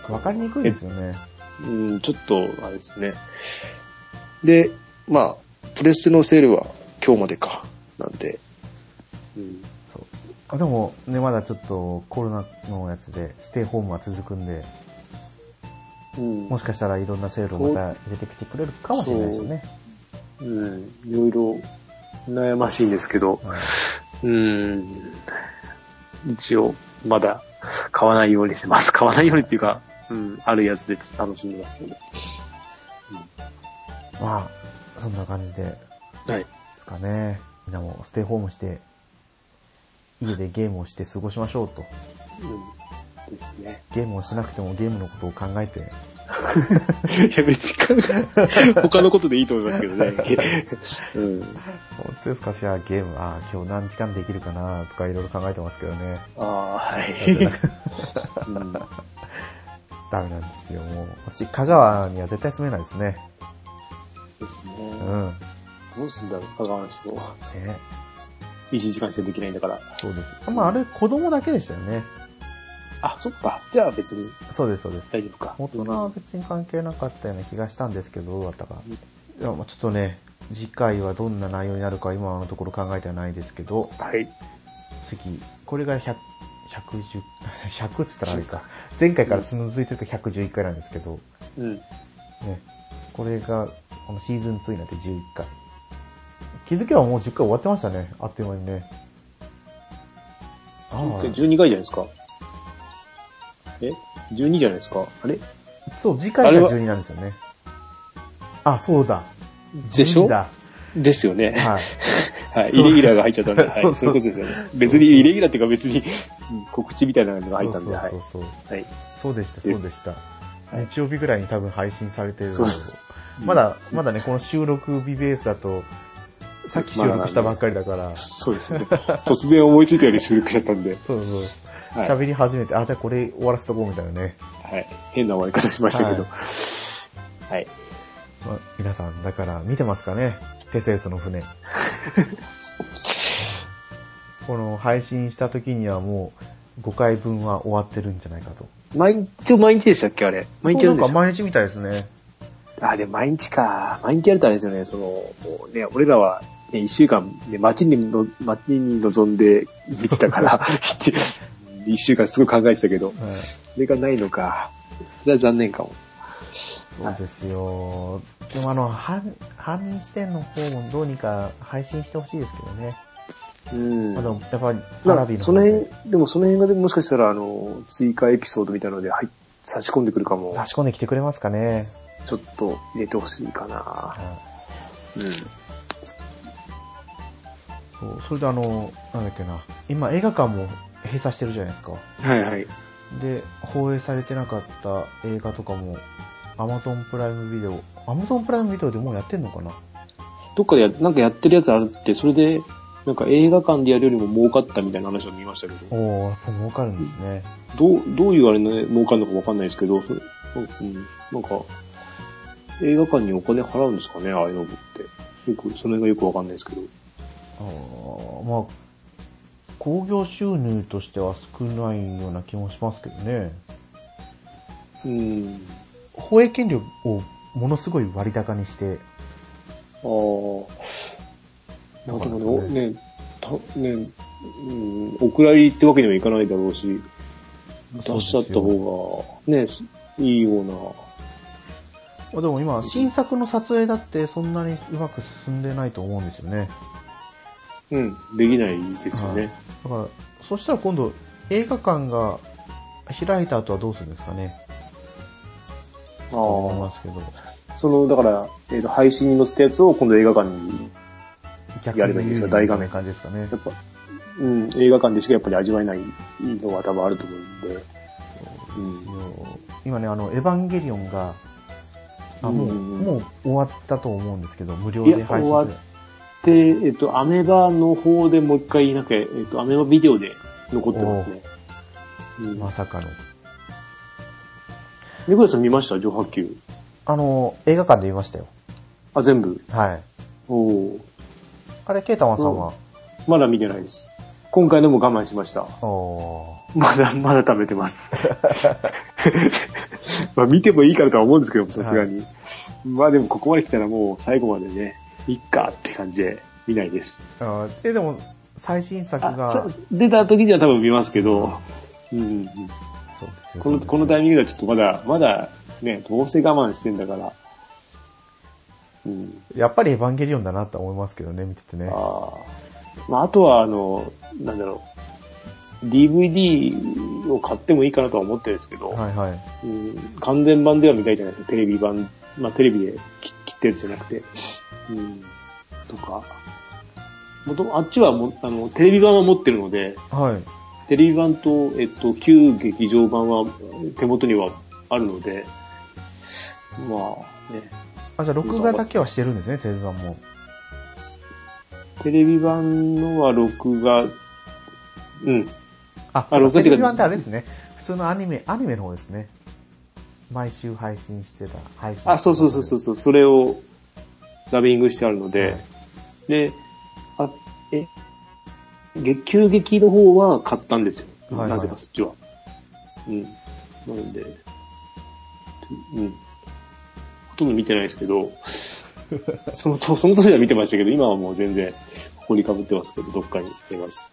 わかりにくいですよね。
うん、ちょっと、あれですね。で、まあ、プレステのセールは今日までか、なんで。うん、
でも、ね、まだちょっとコロナのやつで、ステイホームは続くんで、
うん
もしかしたらいろんなセールをまた入れてきてくれるかもしれないですよね。
うん、いろいろ悩ましいんですけど、うーん。一応、まだ買わないようにしてます。 買わないようにっていうか、うん、あるやつで楽しんでますけど。
まあ、そんな感じで、で
はい。
すかね。みんなもステイホームして、家でゲームをして過ごしましょうと。
うん。ですね。
ゲームをしなくてもゲームのことを考えて、
いや、別に考え、 他のことでいいと思いますけどね。 うん。
本当ですかじゃあゲーム、ああ、今日何時間できるかなとかいろいろ考えてますけどね。
ああ、はい。うん
ダメなんですよ。もう、私、香川には絶対住めないですね。
ですね。
うん。
どうすんだろう、香川の人。
ね、
1時間しかできないんだから。
そうです。まあ、あれ、子供だけでしたよね。
あ、そっか。じゃあ別に
そうです、そうです。
大丈夫か。
大人は別に関係なかったような気がしたんですけど、どうだったか。
うん
いやまあちょっとね、次回はどんな内容になるか今のところ考えてはないですけど、
はい。
次、これが100、110、100って言ったらあれか。前回から続いてるから111回なんですけど、
うん。
ね、これが、このシーズン2になって11回。気づけばもう10回終わってましたね。あっという間にね。あ
12
あ、
回じゃないですか。え ?12 じゃないですか。あれ
そう、次回が12なんですよね。あ、そうだ。
でしょ
12だ。
ですよね。
は い。
はい。
そう
イレギュラーが入っちゃったんで、は
そう
い。
そ
そうういうことですよね。別に、イレギュラーっていうか別に、うん告知みたいなのが入ったんで、はい
そう。そうそう
はい。
そうでした、そ
で
う
す
でした。日曜日ぐらいに多分配信されてるの
そうです
まだ、まだね、この収録日ベースだと、さっき収録したばっかりだから、
そうですね。突然思いついたように収録しちゃったんで、
そうそう。
はい
喋、り始めて、あ、じゃあこれ終わらせとこうみたいなね。
はい。変な終わり方しましたけど。
は
はい。
まあ皆さん、だから見てますかねテセウスの 船。この配信した時にはもう5回分は終わってるんじゃないかと。
毎日、一応毎日でしたっけあれ。毎日や
なん
るんで
か
すか
毎日みたいですね。
あ、でも毎日か。毎日やるとあれですよね。その、もうね、俺らは、ね、一週間、ね、街にの、街に臨んで見てたから、 一週間すごい考えてたけど、
はい
それがないのか。それは残念かも。
そうですよ。でもあの、犯犯人視点の方もどうにか配信してほしいですけどね。
うん。
まあでも、やっぱり、パ
ま
ラ
あ
ビの
そ
方
の
で
辺、でもその辺がでももしかしたら、あの、追加エピソードみたいなので、はい、差し込んでくるかも
差、し込んできてくれますかね。
ちょっと入れてほしいかな。
はい
うん。
そうそれであの、なんだっけな。今映画館も閉鎖してるじゃないですか。
はいはい。
で、放映されてなかった映画とかも、Amazon プライムビデオ、Amazon プライムビデオでもうやってんのかな
どっかでや、なんかやってるやつあるって、それで、なんか映画館でやるよりも儲かったみたいな話を見ましたけど、
おー、やっぱ儲かるんですね。
どう、どういうあれね、儲かるのかわかんないですけど、それうん、なんか、映画館にお金払うんですかね、ああいうのって。よく、その辺がよくわかんないですけど。
あーまあ、興行収入としては少ないような気もしますけどね。
うん。
放映権料をものすごい割高にして、
ああ。なんかでもね、たね、うん、お蔵入りってわけにはいかないだろうし、出しちゃった方が、ね、いいような。
まあでも今、新作の撮影だってそんなにうまく進んでないと思うんですよね。
うん、できないですよね。
だから、そしたら今度、映画館が開いた後はどうするんですかね。
あ
思い
あ
ますけど。
その、だから、えーと、配信に載せたやつを今度映画館に、
逆
やればいいんですよ大画面
感じですかね
や。っぱ、うん、映画館でしかやっぱり味わえないのは多分あると思うんで。うん。
今ね、あの、エヴァンゲリオンが、あ、もう、
うん
もう終わったと思うんですけど、無料で配
いや
信
終わで、えっ、と、アメバの方でもう一回、なんか、えっ、と、アメバビデオで残ってますね。う
する。
ん
まさかの。
猫屋さん見ました上波球。
あの、映画館で見ましたよ。
あ、全部。
はい。
おー
あれ、ケイタマンさんは、
まだ見てないです。今回のも我慢しました。
お
まだ、まだ食べて ます。まあ見てもいいからとは思うんですけど、さすがに。まあでもここまで来たらもう最後までね、いっかって感じで見ないです。
ーあーえ、でも、最新作が、
あ
そう
さ
ですよ
出た時には多分見ますけど、うんうんうん、こ
そう
の、
ですよ
このタイミングではちょっとまだ、まだね、どうせ我慢してんだから、うん。
やっぱりエヴァンゲリオンだなと思いますけどね、見ててね。
ああ。まあ、あとは、あの、なんだろう。DVD を買ってもいいかなとは思ってるんですけど、
はいはい。
うん、完全版では見たいじゃないですか。テレビ版、まあ、テレビで切切ったやつじゃなくて。うん。とか。もとあっちはも、あの、テレビ版は持ってるので、
はい。
テレビ版と、えっと、旧劇場版は手元にはあるので、まあね、
あ、じゃあ録画だけはしてるんですね、テレビ版も。
テレビ版のは録画、うん、
あ、
あ録画っ
テ
て
レビ
いうか
版ってあれですね。普通のアニメ、アニメの方ですね。毎週配信してた、配信。
あ、そうそうそうそう
う。
そう、それをダビングしてあるので、
はい
で、あ、え、月給劇の方は買ったんですよ。
はいはい
なぜかそっちは。うん。なので、うん。ほとんど見てないですけ ど、そのと、その当時は見てましたけど、今はもう全然、ここに被ってますけど、どっかにあります。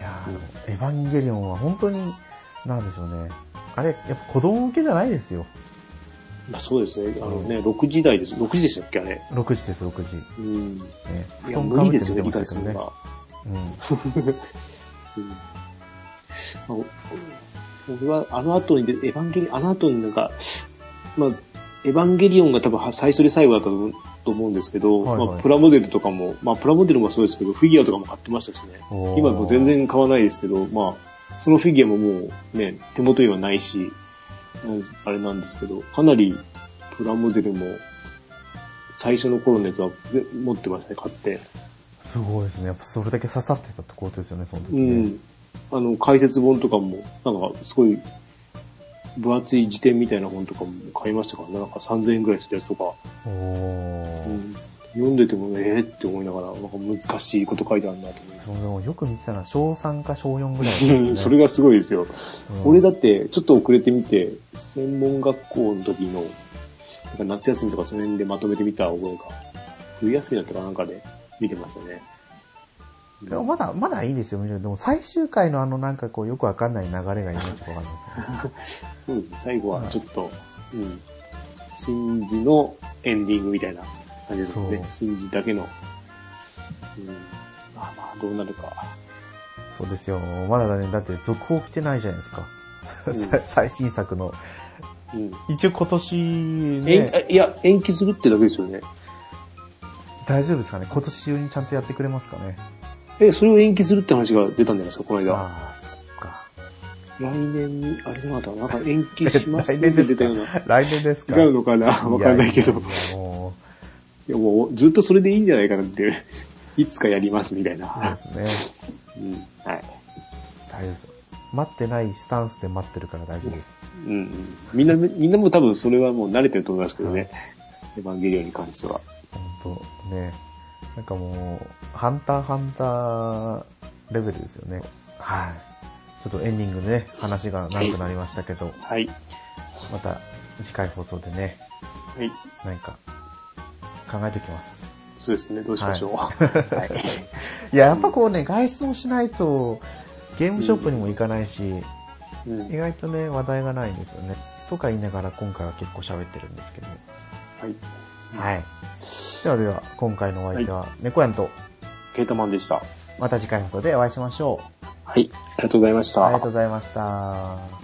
いやーエヴァンゲリオンは本当に、なんでしょうね。あれ、やっぱ子供向けじゃないですよ。
まあ、そうですね。あのね、6時台です。6時でしたっけ、あれ。
6時です、6時。
うん。
ね、
い
布
や、
団
無
か
理
ぶ
で
って
すよ
見て
ね、理
ま
解
し
す
たけどね
るのが。。
うん。
うんあ僕はあの後にで、エヴァンゲリあの後になんか、まあ、エヴァンゲリオンが多分は最初で最後だったと思うと思うんですけど、
はいはい
まあ、プラモデルとかも、まあ、プラモデルもそうですけど、フィギュアとかも買ってましたしね。
おー
今もう全然買わないですけど、まあ、そのフィギュアももうね、手元にはないし、うんあれなんですけど、かなりプラモデルも、最初の頃のやつはぜ持ってましたね、買って。
すごいですね。やっぱそれだけ刺さってたってことですよね、その時
う
ね。
ん。あの、解説本とかも、なんか、すごい、分厚い辞典みたいな本とかも買いましたからね。なんか3000円ぐらいするやつとか、
おー。
うん読んでても、えーって思いながら、なんか難しいこと書いてあるなと
そ
思
のよく見てたのは小3か小4ぐらいですね、
って。それがすごいですよ。
うん
俺だって、ちょっと遅れてみて、専門学校の時の、なんか夏休みとかその辺でまとめてみた覚えが、冬休みだったかなんかで見てましたね。
でもまだ、まだいいですよ、むしろ。でも最終回のあのなんかこうよくわかんない流れがいまいちわかんない。
そうですね、最後はちょっと、うん、真珠のエンディングみたいな感じですもんね
そう。
真珠だけの。うん、まあまあ、どうなるか。
そうですよ。まだだね、だって続報来てないじゃないですか。
うん
さ 最新作の。
うん
一応今年
え
ね、
んいや、延期するってだけですよね。
大丈夫ですかね今年中にちゃんとやってくれますかね
え、それを延期するって話が出たんじゃないですか、この間。
ああ、そっか。
来年に、あれなんだ、なんか延期します
来
って
年です
出た
か
よ うな。
来年ですか
違うのかなわかんないけど。い
や
や
ややも、
もう、ずっとそれでいいんじゃないかなっていう。いつかやります、みたいう
そう
な。
ですね。
うん。は
大
い。
丈夫です。待ってないスタンスで待ってるから大丈夫です。
うんうん。みんな、みんなも多分それはもう慣れてると思いますけどね。エヴァンゲリオンに関しては。
本当ね。なんかもう、ハンターハンターレベルですよね。はい。ちょっとエンディングでね、話が長くなりましたけど、
はい。
また次回放送でね、
はい。
何か考えておきます。
そうですね。どうしましょう。
は
はい。
いや、やっぱこうね、外出もしないと、ゲームショップにも行かないし、
うん
意外とね、話題がないんですよね。とか言いながら今回は結構喋ってるんですけど、
はい。
はい。ではでは、今回のお相手は、猫やんと、
ケータマンでした。
また次回放送でお会いしましょう。
はい。ありがとうございました。
ありがとうございました。